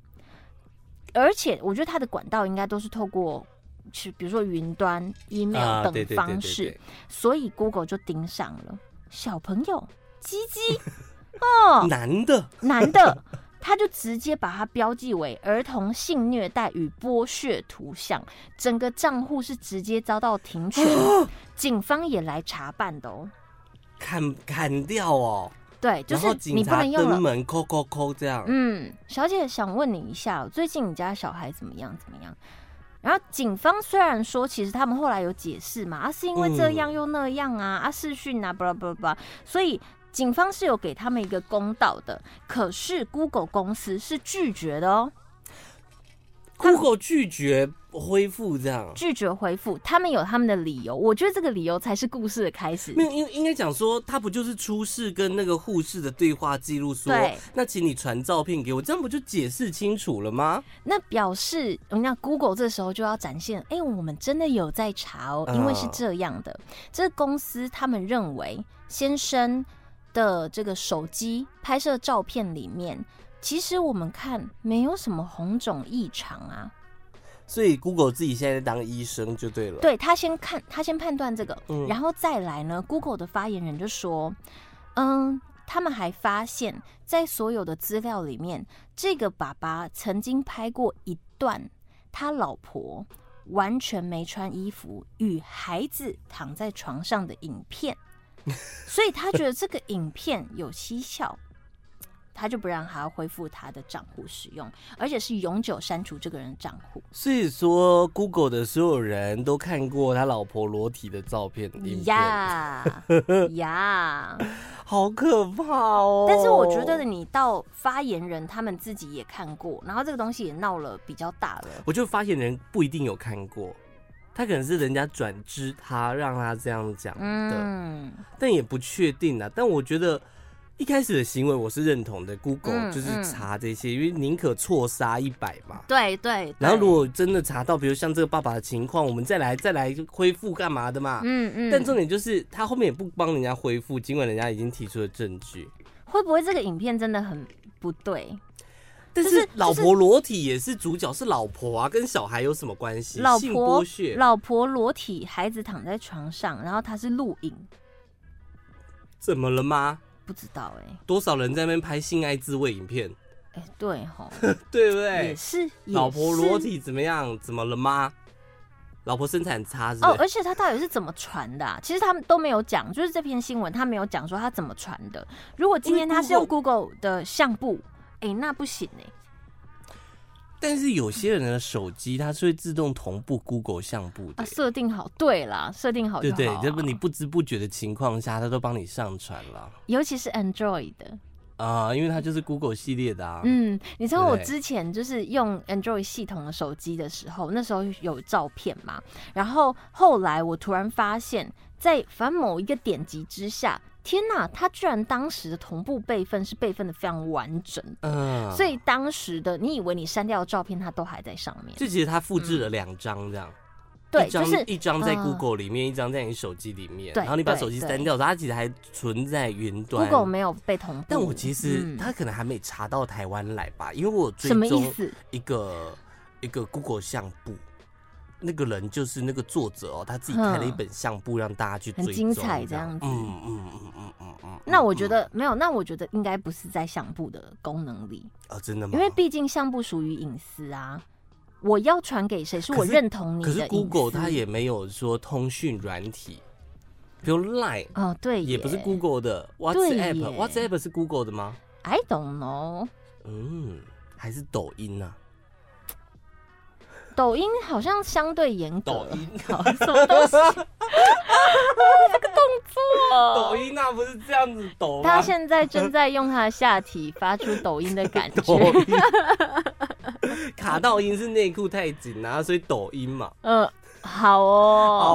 [SPEAKER 2] 而且我觉得他的管道应该都是透过。是，比如说云端、email
[SPEAKER 1] 啊对
[SPEAKER 2] 等
[SPEAKER 1] 对对对
[SPEAKER 2] 方式，
[SPEAKER 1] 对，
[SPEAKER 2] 所以 Google 就盯上了小朋友鸡鸡哦，
[SPEAKER 1] 男的
[SPEAKER 2] 男的， 他就直接把它标记为儿童性虐待与剥削图像，整个账户是直接遭到停权，
[SPEAKER 1] 哦
[SPEAKER 2] 警方也来查办的哦。
[SPEAKER 1] 砍砍掉哦，
[SPEAKER 2] 对，就
[SPEAKER 1] 然
[SPEAKER 2] 是
[SPEAKER 1] 后
[SPEAKER 2] 你
[SPEAKER 1] 警
[SPEAKER 2] 不
[SPEAKER 1] 察
[SPEAKER 2] 能用
[SPEAKER 1] 登
[SPEAKER 2] 了。
[SPEAKER 1] 门扣扣扣这样。
[SPEAKER 2] 嗯，小姐想问你一下，最近你家小孩怎么样？怎么样？然后警方虽然说，其实他们后来有解释嘛，啊，是因为这样又那样
[SPEAKER 1] 嗯
[SPEAKER 2] 啊，啊，视讯啊，巴拉巴拉巴拉，所以警方是有给他们一个公道的。可是 Google 公司是拒绝的哦，
[SPEAKER 1] Google 拒绝恢复这样。
[SPEAKER 2] 拒绝回复，他们有他们的理由。我觉得这个理由才是故事的开始
[SPEAKER 1] 没。有，因为应该讲说，他不就是出示跟那个护士的对话记录说
[SPEAKER 2] 对，
[SPEAKER 1] 那请你传照片给我，这样不就解释清楚了 吗？
[SPEAKER 2] 那表示，人家 Google 这时候就要展现，哎、我们真的有在查哦，
[SPEAKER 1] 嗯
[SPEAKER 2] 因为是这样的，这个公司他们认为先生的这个手机拍摄照片里面，其实我们看没有什么红肿异常啊，
[SPEAKER 1] 所以 Google 自己现在在当医生就对了。
[SPEAKER 2] 对他先看，他先判断这个，
[SPEAKER 1] 嗯
[SPEAKER 2] 然后再来呢，Google 的发言人就说，嗯，他们还发现，在所有的资料里面，这个爸爸曾经拍过一段他老婆完全没穿衣服与孩子躺在床上的影 片，所以他觉得这个影片有蹊跷。他就不让他恢复他的账户使用，而且是永久删除这个人的账户。
[SPEAKER 1] 所以说 Google 的所有人都看过他老婆裸体的照片，影片
[SPEAKER 2] 呀 呀！
[SPEAKER 1] 好可怕哦！
[SPEAKER 2] 但是我觉得你到发言人他们自己也看过，然后这个东西也闹了比较大了。
[SPEAKER 1] 我觉得发现人不一定有看过，他可能是人家转知他让他这样讲的，
[SPEAKER 2] 嗯，
[SPEAKER 1] 但也不确定啊。但我觉得一开始的行为我是认同的，Google
[SPEAKER 2] 嗯
[SPEAKER 1] 就是
[SPEAKER 2] 嗯
[SPEAKER 1] 查这些，因为宁可错杀一百嘛。
[SPEAKER 2] 对对。
[SPEAKER 1] 然后
[SPEAKER 2] 对
[SPEAKER 1] 如果真的查到，比如像这个爸爸的情况，我们再来再来恢复干嘛的嘛？
[SPEAKER 2] 嗯嗯，
[SPEAKER 1] 但重点就是他后面也不帮人家恢复，尽管人家已经提出了证据。
[SPEAKER 2] 会不会这个影片真的很不对？
[SPEAKER 1] 但
[SPEAKER 2] 就是
[SPEAKER 1] 是老婆裸体也是主角，是老婆啊，跟小孩有什么关系？
[SPEAKER 2] 老
[SPEAKER 1] 性
[SPEAKER 2] 婆
[SPEAKER 1] 剥削，
[SPEAKER 2] 老婆裸体，孩子躺在床上，然后他是录影，
[SPEAKER 1] 怎么了吗？
[SPEAKER 2] 不知道哎、
[SPEAKER 1] 多少人在那边拍性爱自慰影片，
[SPEAKER 2] 哎、对吼，
[SPEAKER 1] 对不
[SPEAKER 2] 也
[SPEAKER 1] 对？
[SPEAKER 2] 是也
[SPEAKER 1] 老婆
[SPEAKER 2] 是
[SPEAKER 1] 裸体怎么样？怎么了吗？老婆身材很差是不
[SPEAKER 2] 哦，
[SPEAKER 1] 是？
[SPEAKER 2] 而且他到底是怎么传的、啊？其实他们都没有讲，就是这篇新闻他没有讲说他怎么传的。如果今天他是用 Google 的相簿，哎、那不行哎、
[SPEAKER 1] 但是有些人的手机它是会自动同步 Google 相簿的欸
[SPEAKER 2] 啊，，设定好，对啦，设定好就
[SPEAKER 1] 对
[SPEAKER 2] 好、哦
[SPEAKER 1] 不对？这不你，不知不觉的情况下，它都帮你上传了
[SPEAKER 2] 尤其是 Android 的，
[SPEAKER 1] 啊、因为它就是 Google 系列的啊。
[SPEAKER 2] 嗯，你知道我
[SPEAKER 1] 对
[SPEAKER 2] 之前就是用 Android 系统的手机的时候，那时候有照片嘛，然后后来我突然发现，在反正某一个点击之下，天呐，它居然当时的同步备份是备份的非常完整的。
[SPEAKER 1] 嗯，
[SPEAKER 2] 所以当时的你以为你删掉的照片，它都还在上面。
[SPEAKER 1] 就其实它复制了两张这样。
[SPEAKER 2] 对，
[SPEAKER 1] 一
[SPEAKER 2] 就
[SPEAKER 1] 张
[SPEAKER 2] 是
[SPEAKER 1] 一张在
[SPEAKER 2] 嗯
[SPEAKER 1] Google 里面，一张在你手机里面，
[SPEAKER 2] 对
[SPEAKER 1] 然后你把
[SPEAKER 2] 对
[SPEAKER 1] 手机
[SPEAKER 2] 对
[SPEAKER 1] 删掉，它其实还存在云端。
[SPEAKER 2] Google 没有被同步。
[SPEAKER 1] 但我其实
[SPEAKER 2] 嗯
[SPEAKER 1] 他可能还没查到台湾来吧，因为我有追
[SPEAKER 2] 什么意
[SPEAKER 1] 踪
[SPEAKER 2] 思？
[SPEAKER 1] 一个一个 Google 相簿，那个人就是那个作者哦，他自己开了一本相簿让大家去追
[SPEAKER 2] 很
[SPEAKER 1] 踪，
[SPEAKER 2] 精彩这样子
[SPEAKER 1] 嗯嗯嗯嗯嗯嗯。
[SPEAKER 2] 那我
[SPEAKER 1] 嗯
[SPEAKER 2] 觉得没有，那我觉得应该不是在相簿的功能里，
[SPEAKER 1] 哦，真的吗？
[SPEAKER 2] 因为毕竟相簿属于隐私啊。我要传给谁是我
[SPEAKER 1] 可是
[SPEAKER 2] 认同你的
[SPEAKER 1] 可
[SPEAKER 2] 隐私。
[SPEAKER 1] 是 Google 它也没有说通讯软体，比如 Line
[SPEAKER 2] 哦，对耶，
[SPEAKER 1] 也不是 Google 的
[SPEAKER 2] 对耶
[SPEAKER 1] ，WhatsApp，WhatsApp 是 Google 的吗？
[SPEAKER 2] I don't know，
[SPEAKER 1] 嗯，还是抖音啊？
[SPEAKER 2] 抖音好像相对严格。
[SPEAKER 1] 抖音，
[SPEAKER 2] 好，什么东西？
[SPEAKER 1] 抖音那不是这样子抖
[SPEAKER 2] 他
[SPEAKER 1] 吗？
[SPEAKER 2] 现在正在用他的下体发出抖音的感
[SPEAKER 1] 抖
[SPEAKER 2] 觉。
[SPEAKER 1] 音，卡到音是内裤太紧啊，所以抖音嘛。
[SPEAKER 2] 嗯，好
[SPEAKER 1] 好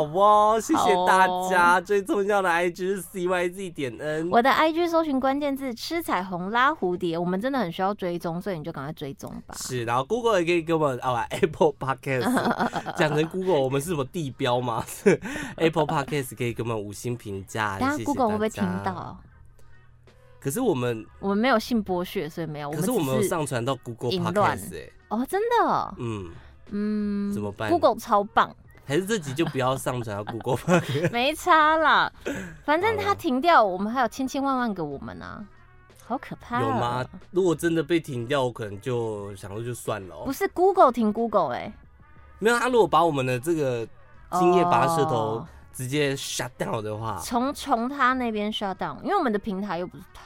[SPEAKER 2] 哦。
[SPEAKER 1] 哦，谢谢大
[SPEAKER 2] 好哦
[SPEAKER 1] 家。最重要的 IG 是 CYZ 点 N。
[SPEAKER 2] 我的 IG 搜寻关键字“吃彩虹拉蝴蝶”，我们真的很需要追踪，所以你就赶快追踪吧。
[SPEAKER 1] 是，然后 Google 也可以给我们啊不，Apple Podcast 讲成 Google，我们是什么地标吗 ？Apple Podcast 可以给我们五星评价，
[SPEAKER 2] 等
[SPEAKER 1] 谢
[SPEAKER 2] 下
[SPEAKER 1] 谢
[SPEAKER 2] Google 会不会
[SPEAKER 1] 大
[SPEAKER 2] 听
[SPEAKER 1] 家？
[SPEAKER 2] 到？
[SPEAKER 1] 可是我们，
[SPEAKER 2] 我们没有性剥削，所以没有。
[SPEAKER 1] 可是我
[SPEAKER 2] 哦我
[SPEAKER 1] 们有
[SPEAKER 2] 们只是
[SPEAKER 1] 上传到 Google
[SPEAKER 2] 淫乱
[SPEAKER 1] Podcast 哎，
[SPEAKER 2] 哦，真的哦，
[SPEAKER 1] 嗯，
[SPEAKER 2] 嗯，
[SPEAKER 1] 怎么办
[SPEAKER 2] ？Google 超棒，
[SPEAKER 1] 还是这集就不要上传到 Google Podcast。
[SPEAKER 2] 没差啦。 反正
[SPEAKER 1] 好
[SPEAKER 2] 它
[SPEAKER 1] 了
[SPEAKER 2] 停掉，我们还有千千万万个我们啊，好可怕、哦。
[SPEAKER 1] 有吗？？如果真的被停掉，我可能就想说就算了、
[SPEAKER 2] 不
[SPEAKER 1] 哦。
[SPEAKER 2] 是 Google 停 Google 哦哎、
[SPEAKER 1] 没有，他啊如果把我们的这个金叶拔舌头
[SPEAKER 2] 哦
[SPEAKER 1] 直接 shut down 的话，
[SPEAKER 2] 从从他那边 shut down，因为我们的平台又不是他。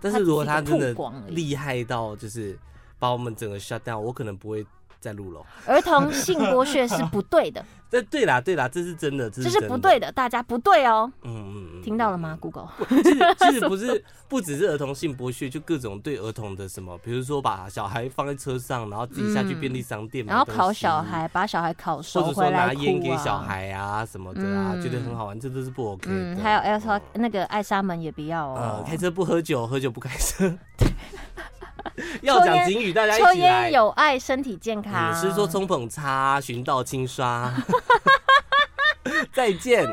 [SPEAKER 1] 但是如果他真
[SPEAKER 2] 它只是一
[SPEAKER 1] 的
[SPEAKER 2] 个曝光而已
[SPEAKER 1] 厉害到就是把我们整个 shut down，我可能不会再录了。
[SPEAKER 2] 儿童性剥削是不对的，
[SPEAKER 1] 但对啦，对啦，这是真的，这
[SPEAKER 2] 这
[SPEAKER 1] 是
[SPEAKER 2] 是
[SPEAKER 1] 真的
[SPEAKER 2] 不对。的，大家不对哦，
[SPEAKER 1] 嗯嗯嗯，
[SPEAKER 2] 听到了吗？Google，
[SPEAKER 1] 其实其实不是，不只是儿童性剥削，就各种对儿童的什么，比如说把小孩放在车上，然后自己下去
[SPEAKER 2] 嗯
[SPEAKER 1] 便利商店买
[SPEAKER 2] 然后
[SPEAKER 1] 东
[SPEAKER 2] 烤
[SPEAKER 1] 西
[SPEAKER 2] 小孩，把小孩烤
[SPEAKER 1] 或
[SPEAKER 2] 熟
[SPEAKER 1] 者
[SPEAKER 2] 回
[SPEAKER 1] 说
[SPEAKER 2] 来
[SPEAKER 1] 拿
[SPEAKER 2] 哭
[SPEAKER 1] 烟给
[SPEAKER 2] 啊
[SPEAKER 1] 小。孩啊什么的啊，
[SPEAKER 2] 嗯
[SPEAKER 1] 觉得很好玩，这都是不 OK 的。
[SPEAKER 2] 嗯，还有 L
[SPEAKER 1] 嗯
[SPEAKER 2] S 那个艾莎门也不要
[SPEAKER 1] 呃
[SPEAKER 2] 哦，，
[SPEAKER 1] 开车不喝酒，喝酒不开车。要
[SPEAKER 2] 抽
[SPEAKER 1] 讲
[SPEAKER 2] 烟
[SPEAKER 1] 警语，大家
[SPEAKER 2] 抽
[SPEAKER 1] 一起
[SPEAKER 2] 烟
[SPEAKER 1] 来。
[SPEAKER 2] 有爱，身体健 康。
[SPEAKER 1] 嗯，是说冲捧擦，寻道轻刷。再见。